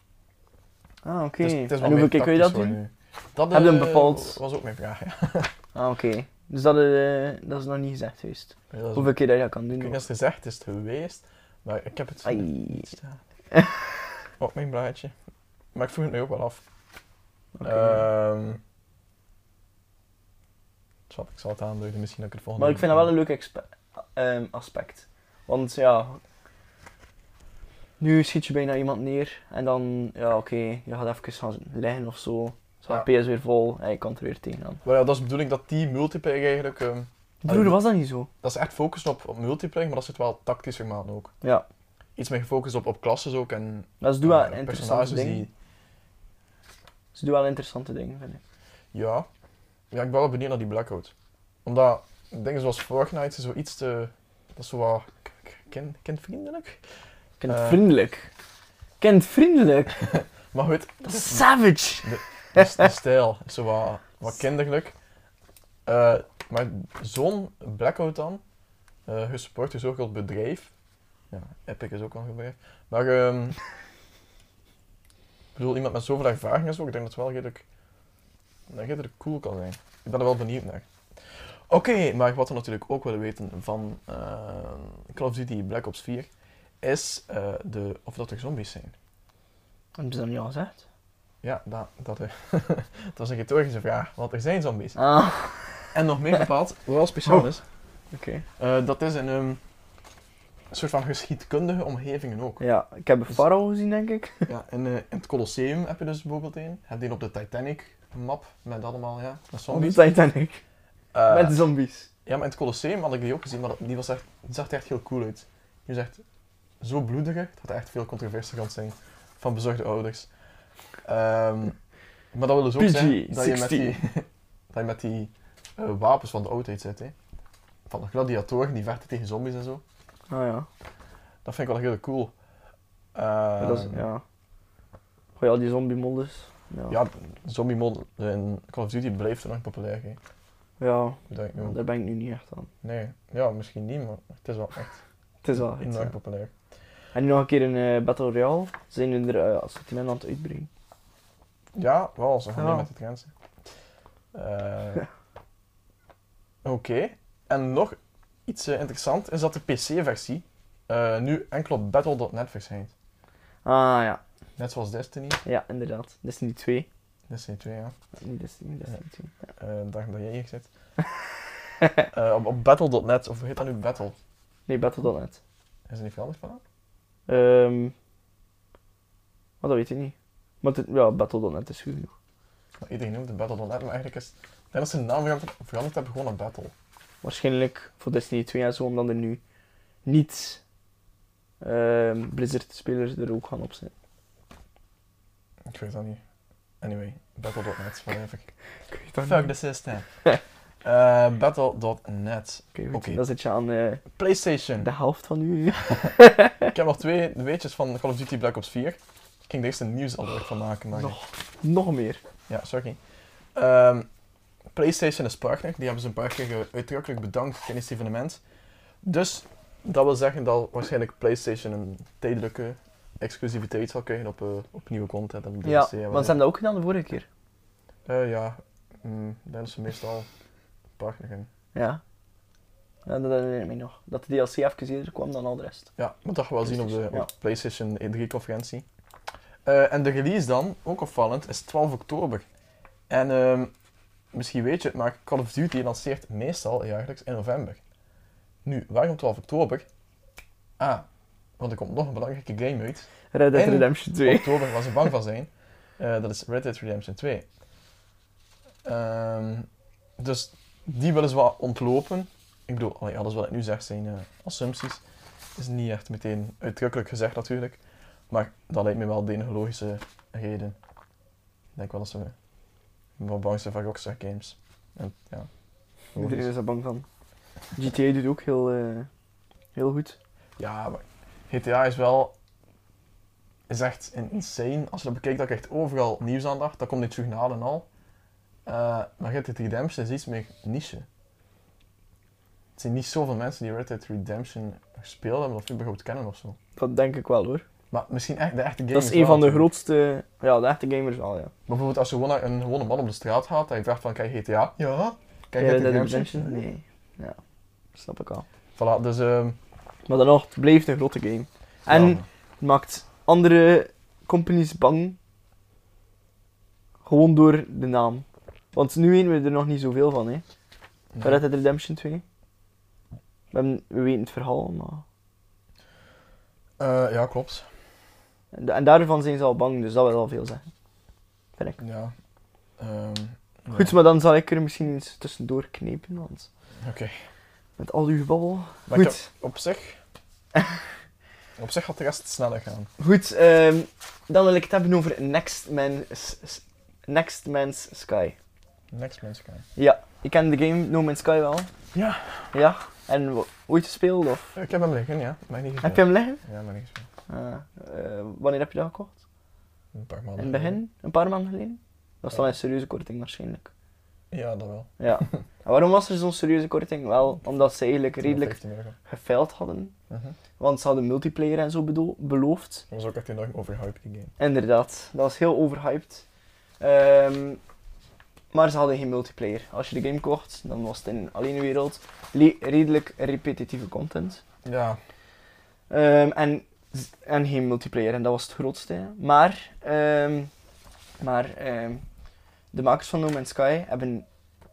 Ah, oké.
Dus het is wel
en hoeveel
meer
keer kun je
tactisch
dat doen?
geworden nu. Dat
Heb je een
eh,
bepaald-
was ook mijn vraag, ja.
Ah, oké. Dus dat, eh, dat is nog niet gezegd geweest.
Ja, dat is
Hoeveel keer dat je dat kan
Ik
doen.
weet niet
nog.
eens gezegd is het geweest, maar ik heb het
Ai.
niet staan. Op mijn blaadje. Maar ik vroeg het me ook wel af.
Oké.
Ehm, zal- ik zal het aanduiden, misschien dat ik het volgende
Maar ik vind dat wel een leuk expe- ehm, aspect. Want ja, nu schiet je bijna iemand neer en dan, ja oké, je gaat even gaan liggen of zo. Zo gaat PS weer vol en je kan er weer tegenaan.
Maar ja, dat is de bedoeling dat die multiplayer eigenlijk... ehm,
Broer, was dat niet zo?
dat is echt focussen op, op multiplayer, maar dat zit wel tactischer maken ook.
Ja,
Iets meer gefocust op, op klasses ook en
dat is doe wel
eh,
interessante dingen.
die...
Ze doen wel interessante dingen, vind ik.
Ja. Ja, ik ben wel benieuwd naar die Blackout. Omdat dingen zoals Fortnite zijn zoiets te... Dat is zo wat k- k- kind, kindvriendelijk.
Kindvriendelijk. Kindvriendelijk.
Maar goed,
Dat is savage.
de, s- de stijl is zo wat, wat kinderlijk. Eh, maar zo'n blackout dan, eh gesupport is ook al het bedrijf. Ja, Epic is ook al een bedrijf. Maar ehm, ik bedoel, iemand met zoveel ervaring is ook, ik denk dat het wel redelijk, dat redelijk cool kan zijn. Ik ben er wel benieuwd naar. Oké, maar wat we natuurlijk ook willen weten van eh, Call of Duty Black Ops 4 is eh, de, of dat er zombies zijn.
Hebben ze dat niet al gezegd?
Ja, dat, dat, eh, dat was een retorische vraag, want er zijn zombies.
Ah,
En nog meer bepaald, wat wel speciaal is,
oké.
eh, dat is een ehm, soort van geschiedkundige omgevingen ook.
Ja, ik heb een farao gezien, denk ik.
Ja, in, eh, in het Colosseum heb je dus bijvoorbeeld een. Heb je die op de Titanic map met allemaal, ja, met
Op de
zombies.
Titanic.
Eh,
Met zombies.
Ja, maar in het Colosseum had ik die ook gezien, maar dat- die, was echt, die zag er echt heel cool uit. Die was echt zo bloederig dat er echt veel controversie kan zijn van bezorgde ouders. Ehm, maar dat wil dus ook zeggen dat je met die, dat je met die eh, wapens van de oudheid zit. Hè. Van de gladiatoren die vechten tegen zombies en zo.
Ah ja.
Dat vind ik wel heel cool.
Ja, dat is,
Ehm,
ja. Goh, ja, die zombie-modders. Ja. Ja.
ja, zombie mod in Call of Duty bleef toen nog populair. Hè. Hoe denk ik nu?
daar ben ik nu niet echt aan.
Nee, ja, misschien niet, maar het is wel echt
Het is wel goed,
enorm
ja.
populair.
En nu nog een keer een eh, Battle Royale. Zijn er eh, assortiment aan het uitbrengen.
Ja, wel, ze gaan
Ja.
niet met de trends. hè. Eh, Oké. En nog iets eh, interessant is dat de PC-versie eh, nu enkel op Battle.net verschijnt.
Ah ja,
Net zoals Destiny.
ja inderdaad. Destiny 2.
Destiny 2, ja.
Niet Destiny, Destiny 2.
Eh dag dat jij hier zit. Eh, op, op Battle.net, of hoe heet dat nu Battle?
Nee, Battle.net.
Is er niet veranderd van?
Ehm, Maar dat weet ik niet. Maar het, ja, Battle.net is goed genoeg.
Maar iedereen noemt het Battle.net, maar eigenlijk is... Ik denk dat ze de naam veranderd- veranderd hebben gewoon naar Battle.
Waarschijnlijk voor Destiny 2 en zo, omdat er nu niet ehm, Blizzard-spelers er ook gaan op zijn.
Ik weet dat niet. Anyway, Battle.net, whatever.
Ik weet
Fuck the system. Eh, Battle.net.
Oké, goed.
Oké.
dan zit je aan eh,
PlayStation.
de helft van u.
Ik heb nog twee weetjes van Call of Duty Black Ops 4. Ik ging er eerst een nieuwsalert van maken. Maar
nog, nog meer.
Ja, sorry. Ehm, PlayStation is partner. Die hebben ze een paar keer ge- uitdrukkelijk bedankt tijdens het evenement. Dus dat wil zeggen dat waarschijnlijk PlayStation een tijdelijke exclusiviteit zal krijgen op, eh, op nieuwe content. En DLC,
Dus, Ja, want
en
ze
wat-
hebben dat ook gedaan de vorige keer.
Eh, ja, mm, daar is ze meestal partner in.
Ja. ja dat herinner ik me nog. Dat de DLC even eerder kwam dan al de rest.
Ja, dat gaan we wel zien op de
PlayStation,
op de PlayStation E3-conferentie. Eh, en de release dan, ook opvallend, is 12 oktober. En ehm, misschien weet je het, maar Call of Duty lanceert meestal jaarlijks in november. Nu, waarom 12 oktober? Ah, want er komt nog een belangrijke game uit.
Red Dead
En-
Redemption
In
2.
oktober waar ze bang van zijn. Eh, dat is Red Dead Redemption 2. Ehm, dus die willen ze wel ontlopen. Ik bedoel, allee, alles wat ik nu zeg zijn eh, assumpties. Is niet echt meteen uitdrukkelijk gezegd natuurlijk. Maar dat lijkt me wel de enige logische reden. Ik denk wel dat ze wat bang zijn van Rockstar Games. En, ja. Oh,
Iedereen is er bang van. GTA doet ook heel, eh, heel goed.
Ja, maar GTA is wel. is echt in- insane. Als je dat bekijkt, dat krijgt overal nieuwsaandacht. Dat komt in het journaal en al. Eh, maar Red Dead Redemption is iets meer niche. Het zijn niet zoveel mensen die Red Dead Redemption gespeeld hebben of überhaupt kennen of zo.
Dat denk ik wel hoor.
Maar misschien echt de echte game.
dat is een van de grootste. Ja, de echte gamers al, ja.
Bijvoorbeeld als je gewoon naar een gewone man op de straat gaat en je vraagt van, kijk GTA? Ja. Kijk Red
Red
Dead
Dead
Redemption?
Nee. Ja, snap ik al.
Voilà, dus... ehm,
Maar dan nog, het blijft een grote game. En
ja.
het maakt andere companies bang. Gewoon door de naam. Want nu weten we er nog niet zoveel van, hè. Red Dead Redemption 2. We, hebben- we weten het verhaal, maar...
Eh, ja, klopt.
En, da- en daarvan zijn ze al bang, dus dat wil al veel zeggen. Vind ik.
Ja. Ehm,
Goed,
ja.
maar dan zal ik er misschien eens tussendoor knepen, want...
Oké.
Met al uw babbel.
Maar ik
goed,
heb- op zich. op zich had de rest sneller gaan.
goed. ehm, dan wil ik het hebben over Next Man's, Next Man's Sky.
Next mensen gaan.
Ja, ik ken de game No Man's Sky wel.
Ja.
Ja, en wo- ooit gespeeld of?
Ik heb hem liggen, ja. Maar niet
Heb je hem liggen?
Ja, maar niet gespeeld.
Ah, eh, wanneer heb je dat gekocht?
Een paar
In
maanden.
het begin? Een paar maanden geleden? Dat was dan
Ja.
een serieuze korting waarschijnlijk.
geleden. Ja, dat wel.
Ja. en waarom was er zo'n serieuze korting? Wel, omdat ze eigenlijk redelijk
15 euro.
gefeild hadden.
Mhm.
Want ze hadden multiplayer en zo bedo- beloofd.
Dat was ook echt enorm overhyped, die game.
Inderdaad, dat was heel overhyped. Ehm, maar ze hadden geen multiplayer. Als je de game kocht, dan was het in alleen een wereld le- redelijk repetitieve content.
Ja.
Ehm, en, z- en geen multiplayer, en dat was het grootste. hè. Maar, ehm, maar ehm, de makers van No Man's Sky hebben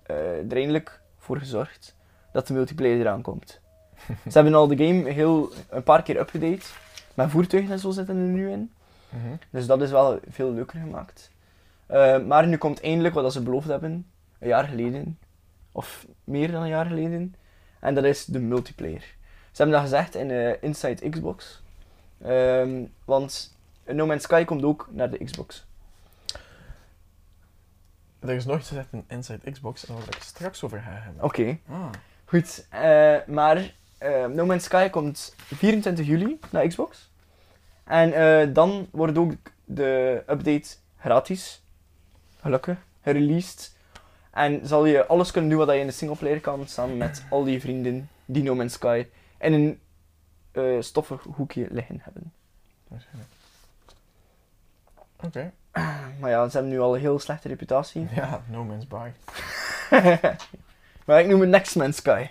eh, er eindelijk voor gezorgd dat de multiplayer eraan komt. ze hebben al de game heel, een paar keer upgedate. Met voertuigen en zo zitten er nu in.
Mhm.
Dus dat is wel veel leuker gemaakt. Eh, maar nu komt eindelijk wat dat ze beloofd hebben, een jaar geleden, of meer dan een jaar geleden, en dat is de multiplayer. Ze hebben dat gezegd in eh, Inside Xbox, Ehm, want No Man's Sky komt ook naar de Xbox.
Er is nog iets gezegd in Inside Xbox en daar wil ik het straks over gaan hebben.
Oké,
Ah.
goed. Eh, maar eh, No Man's Sky komt 24 juli naar Xbox. En eh, dan wordt ook de update gratis, gelukkig, gereleased. En zal je alles kunnen doen wat je in de singleplayer kan, samen met al die vrienden die No Man's Sky in een eh, stoffig hoekje liggen hebben.
waarschijnlijk. Oké.
Maar ja, ze hebben nu al een heel slechte reputatie.
Ja, No Man's Sky.
maar ik noem het Next Man's Sky.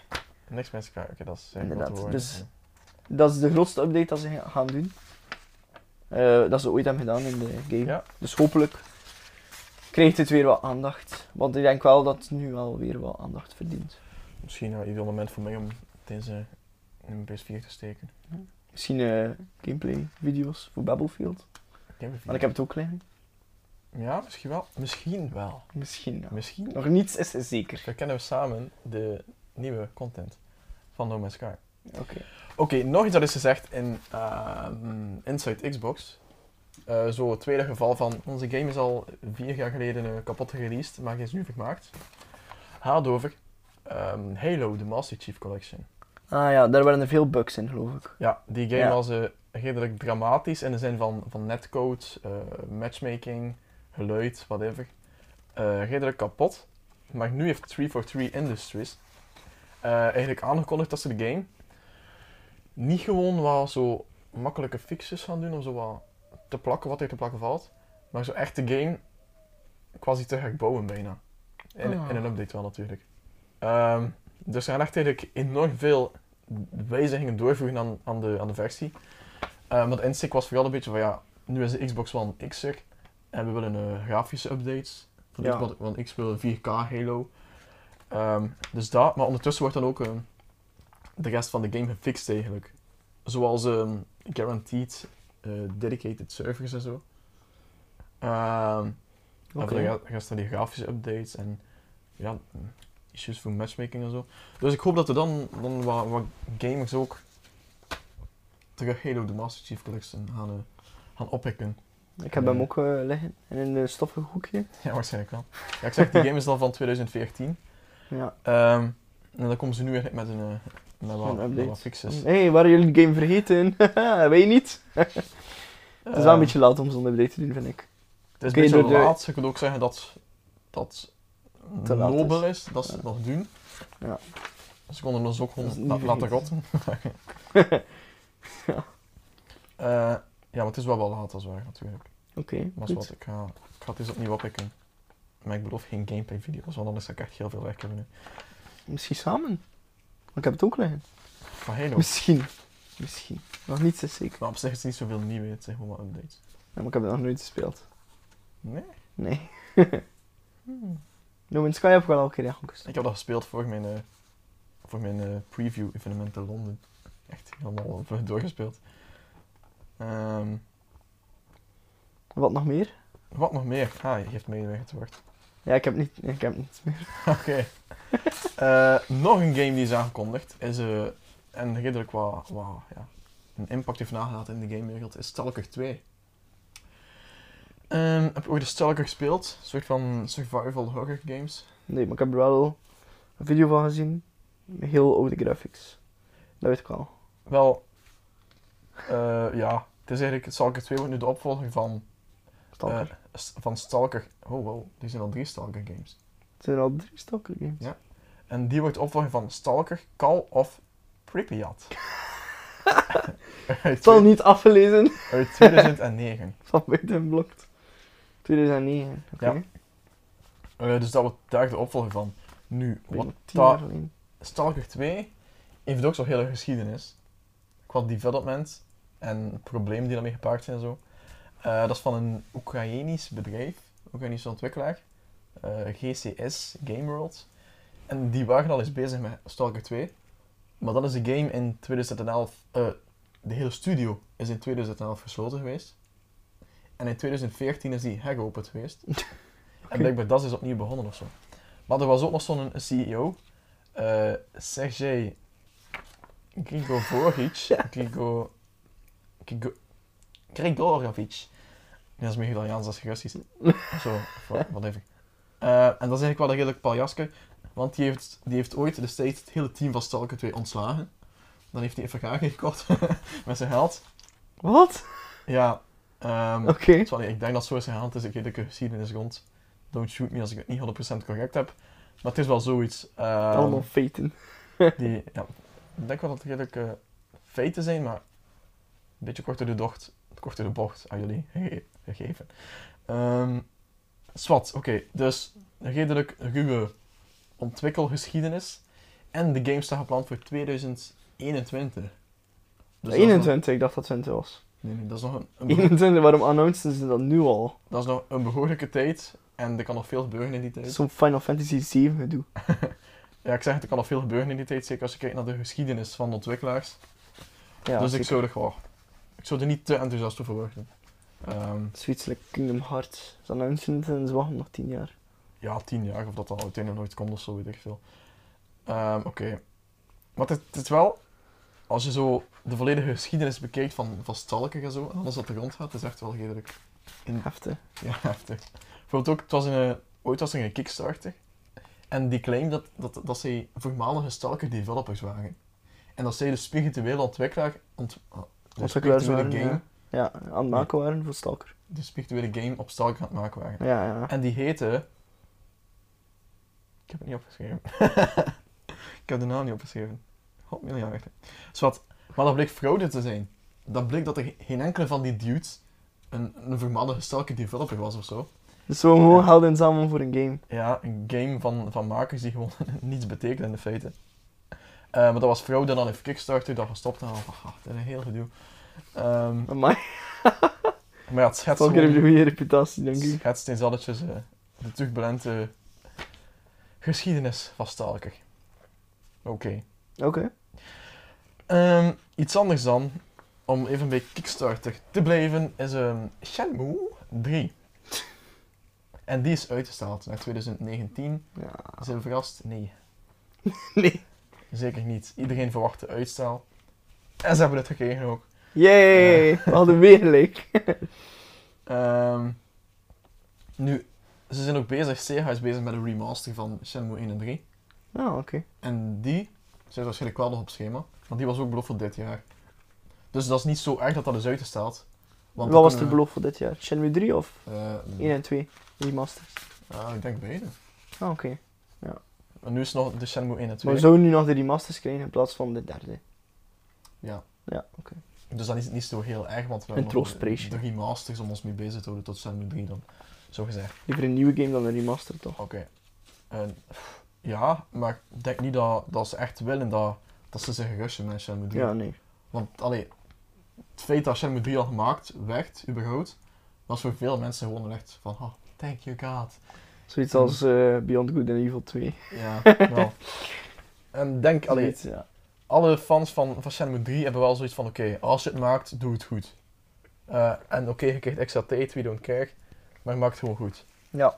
Next Man's Sky, oké, dat is eh,
Inderdaad,
grote woorden.
dus- Dat is de grootste update dat ze gaan doen. Eh, dat ze ooit hebben gedaan in de game.
Ja.
Dus hopelijk krijgt het weer wat aandacht. Want ik denk wel dat het nu wel weer wat aandacht verdient.
Misschien een ideaal moment voor mij om deze in mijn PS4 te steken.
Misschien eh, gameplay video's voor Battlefield.
Game of
Maar ik heb het ook liggen.
Ja, misschien wel. Misschien wel.
Misschien, ja.
Misschien.
Nog niets is zeker.
We Dus kennen samen de nieuwe content van No Man's Sky.
Oké.
Oké, nog iets dat is gezegd in ehm, Inside Xbox. Eh, zo het tweede geval van onze game is al vier jaar geleden eh, kapot gereleased, maar is nu vermaakt. Haat over ehm, Halo, de Master Chief Collection.
Ah ja, daar waren er veel bugs in, geloof ik.
Ja, die game
Ja.
was eh, redelijk dramatisch in de zin van, van netcode, eh, matchmaking, geluid, whatever. Eh redelijk kapot. Maar nu heeft 343 Industries eh, eigenlijk aangekondigd dat ze de game niet gewoon wat zo makkelijke fixes gaan doen om zo wat te plakken wat er te plakken valt, maar zo echt de game quasi te herbouwen bijna. In,
Ah.
in een update wel natuurlijk. Ehm, dus er gaan echt eigenlijk enorm veel wijzigingen doorvoegen aan, aan, de, aan de versie. Eh, want Instinct was vooral een beetje van ja, nu is de Xbox One X er en we willen eh, grafische updates. Voor de
Ja.
Xbox One X wil een 4K Halo. Ehm, dus dat, maar ondertussen wordt dan ook ehm, de rest van de game gefixt eigenlijk. Zoals ehm, guaranteed eh, dedicated servers en zo. Ehm, en voor de
Oké.
re- rest dan die grafische updates en ja, issues voor matchmaking en zo. Dus ik hoop dat er dan, dan wat, wat gamers ook terug Halo de Master Chief Collection gaan, eh, gaan oppikken.
Ik heb hem ook eh, liggen. En in een stoffige hoekje.
Ja, waarschijnlijk wel. Ja, ik zeg, die game is dan van 2014.
Ja.
Ehm, en dan komen ze nu eigenlijk met een eh, met wat,
Een
met
update.
wat fixes.
Hé, hey, waren jullie de game vergeten? Weet je niet? Het is wel
Ehm,
een beetje laat om zo'n update te doen, vind ik.
Het is
Oké,
een
door
beetje
de-
laat. Je kunt ook zeggen dat dat
Te laat
nobel is, dat ze
Ja.
het nog doen.
Ja.
Ze konden ons ook
Dat is
gewoon
niet
la- laten rotten.
vergeten.
Eh, ja, maar het is wel wel laat als waar natuurlijk.
Oké,
Maar is
goed.
wat, ik ga, ik ga het eens opnieuw oppikken. Maar ik beloof geen gameplay video's, want anders ga ik echt heel veel werk hebben. nu.
Misschien samen. Want Ik heb het ook liggen.
Van Halo.
Misschien. Misschien. Nog niet zo zeker.
Maar op zich is het niet zoveel nieuw, het zijn gewoon wat updates.
Ja, maar ik heb het nog nooit gespeeld.
Nee?
Nee. No Man's Sky heb ik wel al een keer aangekust.
Ik heb dat gespeeld voor mijn, eh, voor mijn eh, preview-evenement in Londen. Echt helemaal eh, doorgespeeld. Ehm,
Wat nog meer?
wat nog meer? Ah, je geeft medewerker het woord.
Ja, ik heb niet, ik heb niet meer.
Oké. Eh, nog een game die is aangekondigd. Is, eh en redelijk wat, wat ja, een impact heeft nagelaten in de gamewereld. Is Stalker 2. Ehm, heb je ooit de Stalker gespeeld? Een soort van survival horror games.
Nee, maar ik heb er wel een video van gezien. Heel oude graphics. Dat weet ik al.
Wel, eh, ja. Het is eigenlijk, Stalker 2 wordt nu de opvolger van, eh,
Stalker.
S- van Stalker. Oh wow, die zijn al drie Stalker games.
Het zijn al drie Stalker games.
Ja. En die wordt opvolger van Stalker Call of Pripyat.
Het zal niet afgelezen.
Uit 2009.
Van buiten blokt. 2009. Oké.
Ja. Eh, dus dat wordt daar de opvolger van. Nu,
Ik weet
wat
nog tien
daar-
jaar geleden.
Stalker 2 heeft ook zo'n hele geschiedenis. Qua development en problemen die daarmee gepaard zijn en zo. Eh, dat is van een Oekraïnisch bedrijf, Oekraïnische ontwikkelaar, eh, GCS Game World. En die waren al eens bezig met Stalker 2. Maar dat is de game in 2011. eh, de hele studio is in 2011 gesloten geweest. En in 2014 is die heropend geweest. En blijkbaar dat is opnieuw begonnen of zo. Maar er was ook nog zo'n E CEO, eh Sergej Grigorjevich. Grigo, Grigo, Grigorjevich. Nee, dat is meer Italiaans dan Russisch. Zo, wa- wat even. Eh, en dat is eigenlijk wel een redelijk paljasker. Want die heeft, die heeft ooit destijds het hele team van Stalker 2 ontslagen. Dan heeft hij een vergadering gekocht met zijn geld.
Wat?
Ja, ehm,
Oké.
Sorry, ik denk dat zo is gegaan. Het is een redelijke geschiedenis rond. Don't shoot me als ik het niet 100% correct heb. Maar het is wel zoiets. ehm,
Allemaal feiten.
die, ja, ik denk wel dat het redelijk eh, feiten zijn, maar een beetje korter de, docht, korter de bocht aan jullie gege- gegeven. Ehm Swat, oké. Dus een redelijk ruwe ontwikkelgeschiedenis. En de game staat gepland voor 2021. Dus dat is nog-
21, ik dacht dat 20 was.
nee, nee, dat is nog een, een
21, waarom announcen ze dat nu al?
Dat is nog een behoorlijke tijd. En er kan nog veel gebeuren in die tijd.
Zo'n Final Fantasy 7 gedoe.
Ja, ik zeg het, er kan nog veel gebeuren in die tijd. Zeker als je kijkt naar de geschiedenis van de ontwikkelaars.
Ja,
dus
zeker.
ik zou, er, gewoon- ik zou er niet te enthousiast over worden. Ehm,
Zoiets like Kingdom Hearts. Ze announcen het en ze wachten nog 10 jaar.
ja, tien jaar of dat dan uiteindelijk nooit komt of zo, weet ik veel. Ehm, Oké. Maar het, het is wel, als je zo de volledige geschiedenis bekijkt van, van Stalker en zo, en alles wat er rond gaat, is echt wel redelijk
Heftig.
Ja, heftig. Bijvoorbeeld ook, het was een, ooit was er een Kickstarter. En die claim dat, dat, dat zij voormalige stalker developers waren. En dat zij de spirituele ontwikkelaar... Ont, oh, de
Ontwikkelaars
spirituele
waren,
game,
Ja, aan het maken waren voor Stalker.
de spirituele game op stalker aan het maken waren.
Ja, ja.
En die heette... Ik heb het niet opgeschreven. ik heb de naam niet opgeschreven. God, miljard. Zwat. Maar dat bleek fraude te zijn. Dat bleek dat er geen enkele van die dudes een, een voormalige stalker developer was of zo.
Dus we gewoon geld inzamelen voor een game.
Ja, een game van, van makers die gewoon niets betekenen in de feite. Eh, maar dat was fraude en dan heeft Kickstarter dat gestopt en dan van, ah, dat is een heel gedoe. Ehm,
Amai,
maar ja, het schetst
Stalker heeft een
gewoon-
goede reputatie,
het
denk ik.
schetst in zalletjes eh, de terugbelente geschiedenis van Stalker. Oké.
Oké.
Ehm, iets anders dan, om even bij Kickstarter te blijven, is ehm Shenmue 3. En die is uitgesteld naar 2019.
Ja.
Zijn we verrast? Nee.
Nee.
Zeker niet. Iedereen verwachtte uitstel. En ze hebben het gekregen ook.
Yay, we hadden weer gelijk.
Ehm, nu, ze zijn ook bezig, Sega is bezig met een remaster van Shenmue 1 en 3.
Ah, oké.
En die zijn waarschijnlijk wel nog op schema. Want die was ook beloofd voor dit jaar. Dus dat is niet zo erg dat dat is uitgesteld. Want eh,
Wat
dan
was de
kunnen we-
belofte voor dit jaar? Shenmue 3 of
Eh,
1 en 2? Remasters.
ah, ik denk beide.
Ah, oké.
En nu is het nog de Shenmue 1 en 2.
Maar we zouden nu nog de remasters krijgen in plaats van de derde.
Ja.
Ja, oké.
Dus dat is niet zo heel erg, want we
Een
hebben nog
troostprijsje.
de remasters om ons mee bezig te houden tot Shenmue 3 dan. Zo gezegd.
Liever een nieuwe game dan een remaster, toch?
Oké. En, pff, ja, maar ik denk niet dat, dat ze echt willen dat, dat ze zich rushen met Shenmue 3.
Ja, nee.
Want allee, het feit dat Shenmue 3 al gemaakt werd, überhaupt, was voor veel mensen gewoon echt van, oh, thank you God.
Zoiets als eh, Beyond Good and Evil 2.
Ja, wel. En denk, allee,
Zoiets, ja.
alle fans van, van Shenmue 3 hebben wel zoiets van, oké, als je het maakt, doe het goed. Eh, en oké, je krijgt extra tijd, we don't care, maar maak het gewoon goed.
Ja.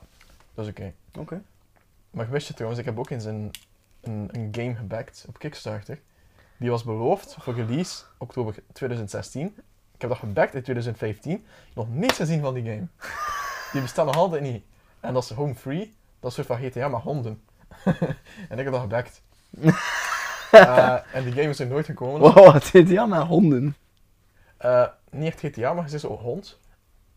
Dat is oké.
Oké.
Maar wist je trouwens, ik heb ook eens een, een, een game gebackt op Kickstarter. Die was beloofd voor release oktober 2016. Ik heb dat gebackt in 2015. Nog niets gezien van die game. Die bestaat nog altijd niet. En dat is Home Free. Dat is een soort van GTA, maar honden. en ik heb dat gebackt. Eh, en die game is er nooit gekomen.
Wow, wat dit? Ja, maar honden.
Eh, niet echt GTA, maar het is ook hond.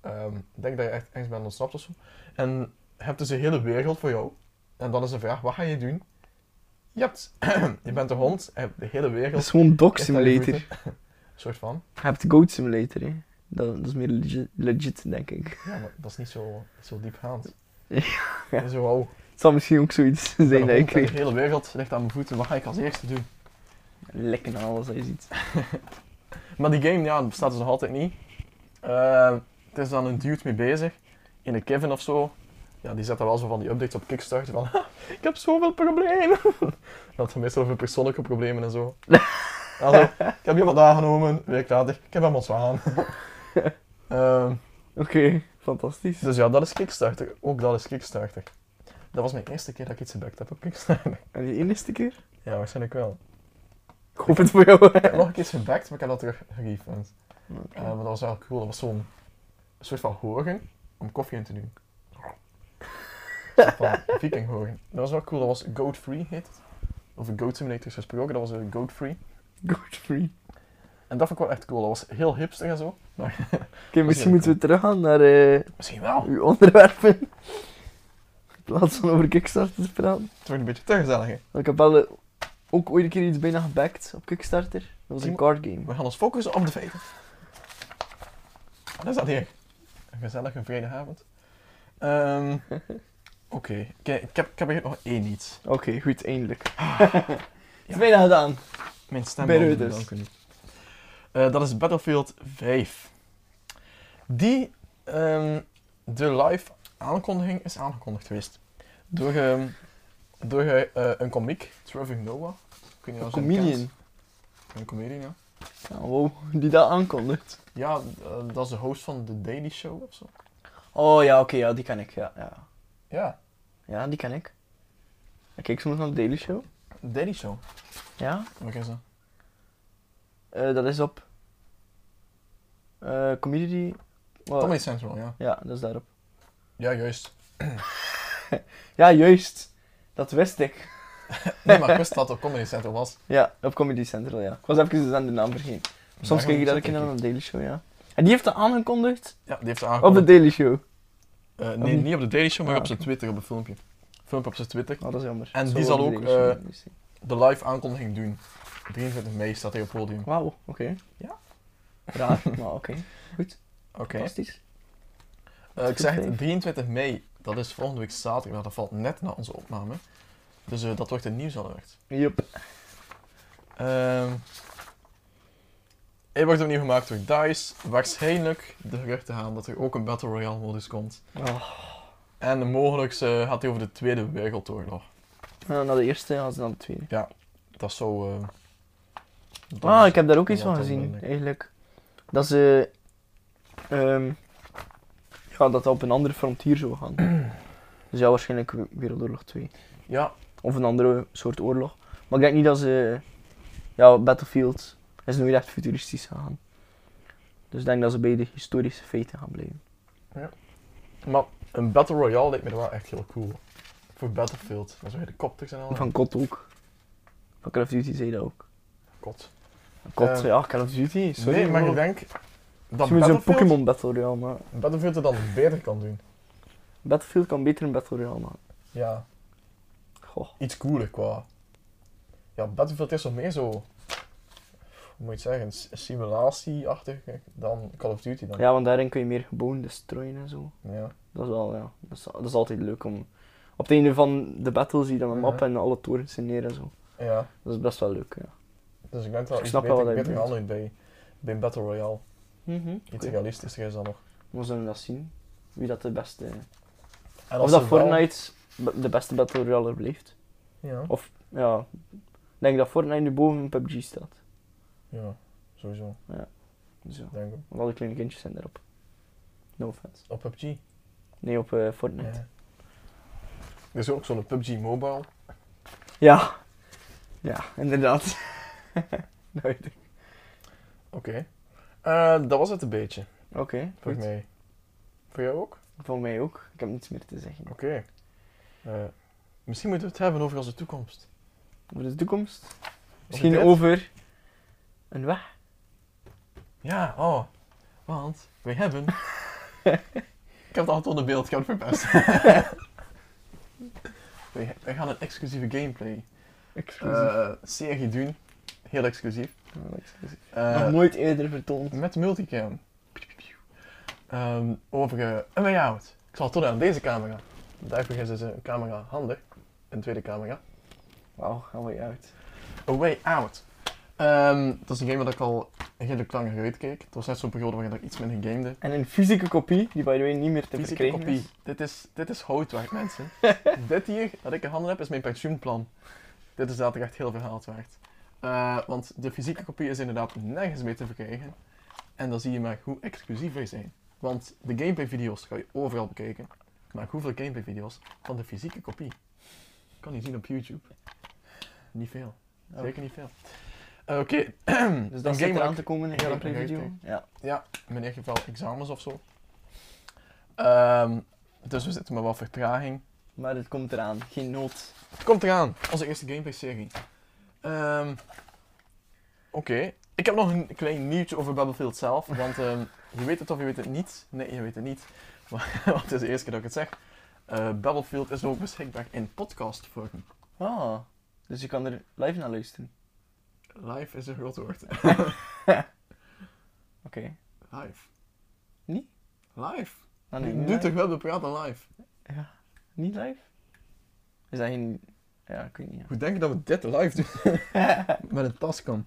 Ehm, ik denk dat je echt ergens bent ontsnapt of zo. En je hebt dus een hele wereld voor jou. En dan is de vraag, wat ga je doen? Je, hebt, je bent de hond, je hebt de hele
Dat
wereld.
is gewoon Dog
Is dat je
Simulator. Je
voeten? Een soort van.
hebt Goat Simulator, hè. Dat, dat is meer legit, legit, denk ik.
Ja, maar dat is niet zo, zo diepgaand.
Ja.
Dat is Zo, wow,
Het zal misschien ook zoiets
ik
zijn
ben een
dat je
hond en de
krijgt.
hele wereld ligt aan mijn voeten, wat ga ik als eerste doen?
Lekker naar alles dat je ziet.
Maar die game, ja, bestaat dus nog altijd niet. Eh, het is dan een dude mee bezig. In een Kevin of zo. Ja, die zet dan wel zo van die updates op Kickstarter van... "Ha, ik heb zoveel problemen. Dat gaat meestal over persoonlijke problemen en zo. Also, ik heb iemand aangenomen, een week later. Ik heb hem ontslaan. Ehm
Oké, fantastisch.
dus ja, dat is Kickstarter. Ook dat is Kickstarter. Dat was mijn eerste keer dat ik iets gebackt heb op Kickstarter.
En die eerste keer?
Ja, waarschijnlijk wel.
Ik hoop het voor jou.
Ik heb nog een keer iets gebackt, maar ik heb dat terug gerefund.
Oké.
Eh, maar dat was wel cool. Dat was zo'n soort van horen om koffie in te doen. Een soort van vikinghoorn. Dat was wel cool. Dat was Goat Free heet het. Over Goat Simulators gesproken. Dat was een Goat Free.
Goat free.
En dat vond ik wel echt cool. Dat was heel hipster en zo. Maar
Oké, misschien moeten we teruggaan naar eh,
misschien wel.
uw onderwerpen. In plaats van over Kickstarter te praten.
Het wordt een beetje te gezellig. hè.
Want Ik heb wel eh, ook ooit een keer iets bijna gebackt op Kickstarter. Dat was een card game.
We gaan ons focussen op de feiten. Wat is dat hier? Een gezellige vrijdagavond. Ehm, Oké. Kijk, ik heb, ik heb hier nog één iets.
Oké, goed, eindelijk. Het is bijna gedaan.
Mijn stem
Bij dus.
wil niet
Reuters.
danken. Eh, dat is Battlefield 5. Die, ehm, de live aankondiging is aangekondigd geweest. Door, ehm, door eh, eh, een komiek, Trevor Noah. Ik weet niet of je hem
Comedian.
kent. Een comedian, ja.
Ja, wow, die dat aankondigt.
Ja, eh, dat is de host van The Daily Show of zo.
Oh ja, oké, ja, die ken ik. Ja, ja.
Ja,
ja, die ken ik. Ik keek soms naar de Daily Show.
The Daily Show.
Ja,
Wat is dat?
eh, dat is op. eh comedy. wat-
Comedy Central, ja.
Ja, dat is daarop.
Ja, juist.
Ja, juist. Dat wist ik.
Nee, maar ik wist dat het op Comedy Central was.
Ja, op Comedy Central, ja. Ik was even de naam vergeten. Soms
Ja,
kijk ik dat
dat
ik in
denk
aan de Daily Show, ja. En die heeft dat aangekondigd
Ja, die heeft het
op
aangekondigd.
de Daily Show.
Eh,
Of
nee,
niet?
niet op de Daily Show, maar
Ah,
op zijn Twitter, op een filmpje. Filmpje op zijn Twitter.
Oh, dat is jammer.
En
Zo
die zal
worden
ook,
de Daily Show
eh,
niet gezien.
De live aankondiging doen. 23 mei staat hij op het podium.
Wauw, oké.
Ja.
Raar, maar oké.
Oké.
Fantastisch.
Eh, ik zeg het, 23 mei, dat is volgende week zaterdag, maar dat valt net na onze opname. Dus eh, dat wordt het nieuws alert.
Yup.
Ehm hij wordt opnieuw gemaakt door DICE. Waarschijnlijk de geruchten gaan dat er ook een Battle Royale modus komt.
Oh.
En mogelijk eh, gaat hij over de Tweede Wereldoorlog.
Nou, na de eerste had ze dan de tweede.
Dat zou... eh, dat
Ah,
is-
ik heb daar ook iets
Ja,
van
dat
gezien,
ben ik.
eigenlijk. Dat ze... ehm, ja, dat dat op een andere frontier zou gaan. dus ja, waarschijnlijk Wereldoorlog 2.
Ja,
Of een andere soort oorlog. Maar ik denk niet dat ze... Ja, Battlefield is nooit echt futuristisch gegaan. Dus ik denk dat ze bij de historische feiten gaan blijven.
maar een Battle Royale lijkt me wel echt heel cool. Voor Battlefield. Dan zou je de kopters en al.
Van kot ook. Van Call of Duty zei dat ook.
kot.
Kot,
Eh,
ja, Call of Duty. Sorry,
nee, maar ik
bro.
denk dat
Misschien moet zo'n
Battlefield,
Pokémon Battle Royale maken.
Battlefield het dan beter kan doen.
Battlefield kan beter een Battle Royale maken.
Ja,
Goh.
iets cooler qua. Ja, Battlefield is wel meer zo. Hoe moet je het zeggen? s- Simulatie-achtig dan Call of Duty dan.
Ja, want daarin kun je meer gebouwen destroyen en zo.
Ja.
Dat is wel, ja. Dat is, dat is altijd leuk om... Op het einde van de battle zie je dan een map
Mhm.
en alle torens zijn neer en zo.
ja.
Dat is best wel leuk, ja.
Dus ik denk dat
Ik
iets
snap wel
beter,
wat hij
beter
bedoelt.
handelt bij, bij Battle Royale.
Oké.
Iets realistischer is dan nog.
We zullen dat zien. Wie dat de beste...
En
Of
als
dat
ze wel-
Fortnite b- de beste Battle Royale er blijft.
Ja.
Of, ja... Ik denk dat Fortnite nu boven PUBG staat.
ja, sowieso.
Dus ja.
Denk ik.
Want alle kleine kindjes zijn erop. No offense.
Op PUBG.
Nee, op eh, Fortnite.
Ja. Er is ook zo'n PUBG Mobile.
Ja. Ja, inderdaad. dat weet ik.
Oké. Eh, dat was het een beetje,
Oké,
voor
goed.
mij. Voor jou ook?
Voor mij ook. Ik heb niets meer te zeggen.
Oké. Eh, misschien moeten we het hebben over onze toekomst.
Over de toekomst.
ik
Misschien
weet.
over een weg.
Ja, oh. Want we hebben... ik heb het altijd onder beeld, ik heb het verpest. we, we gaan een exclusieve gameplay
Exclusief.
eh, serie doen. Heel exclusief.
Ja, exclusief.
Eh,
Nog nooit eerder vertoond.
Met multicam. Ehm, over eh, een way out. Ik zal tot aan deze camera. Daarvoor is dus een camera handig. Een tweede camera.
Wauw, gaan we uit.
A Way Out. Ehm, dat is een game waar ik al redelijk lang naar uitkeek. Het was net zo'n periode waarin ik iets minder gamede.
En een fysieke kopie, die by the way niet meer te
Fysieke
verkrijgen
kopie.
is.
Dit is, dit is houtwaard, mensen. dit hier, dat ik in handen heb, is mijn pensioenplan. Dit is zaterdag echt heel verhaald waard. Eh, want de fysieke kopie is inderdaad nergens meer te verkrijgen. En dan zie je maar hoe exclusief wij zijn. Want de gameplay-video's ga je overal bekijken. Maar hoeveel gameplay-video's van de fysieke kopie? Kan je zien op YouTube. Niet veel.
Oh.
Zeker niet veel. Eh, Oké,
Dus
Een
dat zit
game
eraan
ook.
te komen in
Ja,
een
dat kan
video.
ik
Ja.
in ieder geval examens of zo. Ehm, dus we zitten met wat vertraging.
Maar het komt eraan. Geen nood.
Het komt eraan, onze eerste gameplay-serie. Ehm, Oké, ik heb nog een klein nieuwtje over Battlefield zelf. Want ehm, je weet het of je weet het niet. Nee, je weet het niet. Maar, want het is de eerste keer dat ik het zeg. Eh, Battlefield is ook beschikbaar in podcastvorm.
Ah, dus je kan er live naar luisteren.
Live is een groot woord.
Oké.
Live.
Niet?
Live.
Ah, nee,
nu
niet
nu
live?
toch wel, we praten live.
Niet live? Is dat geen... Ja, ik weet niet. ja.
Hoe denk je dat we dit live doen? Met een tascam.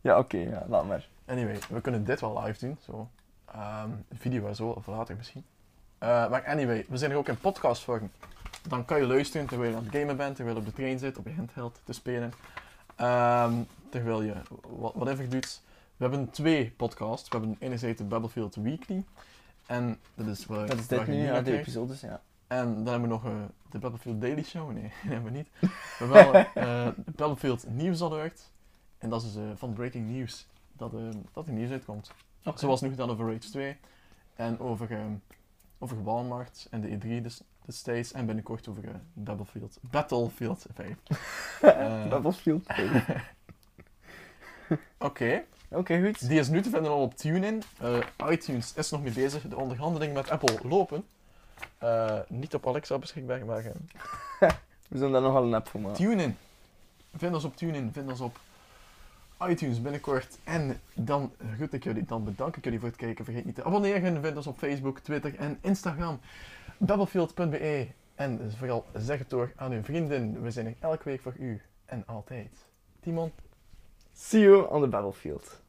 Ja, oké. ja, laat maar.
Anyway, we kunnen dit wel live doen. Zo. Ehm, video en zo, of later misschien. Eh, maar anyway, we zijn er ook in podcastvorm. Dan kan je luisteren terwijl je aan het gamen bent, terwijl je op de trein zit, op je handheld te spelen. Ehm, terwijl je wa- whatever doet. We hebben twee podcasts. We hebben enerzijds de Battlefield Weekly. En dat is waar,
Dat is
waar
dit
je
nu, ja,
naar
de
kijkt.
episodes, ja.
En dan hebben we nog eh, de Battlefield Daily Show. Nee, die hebben we niet. We hebben wel eh, de Battlefield Nieuws alert. En dat is dus, eh, van Breaking News. Dat, eh, dat er nieuws uitkomt. Zoals nu gedaan over Rage 2. En over, eh, over Walmart en de E3 des- destijds. En binnenkort over eh, Battlefield, Battlefield 5. Eh,
dat was veel. Oké,
Oké,
goed.
die is nu te vinden al op TuneIn. Eh, iTunes is nog mee bezig. De onderhandelingen met Apple lopen. Eh, niet op Alexa beschikbaar, maar... eh,
We zullen daar nogal een app voor maken.
TuneIn. Vind ons op TuneIn, vind ons op iTunes binnenkort. En dan groet ik jullie, dan bedank ik jullie voor het kijken. Vergeet niet te abonneren, vind ons op Facebook, Twitter en Instagram. Battlefield.be E. En vooral zeg het door aan uw vrienden. We zijn er elke week voor u en altijd. Timon.
See you on the battlefield.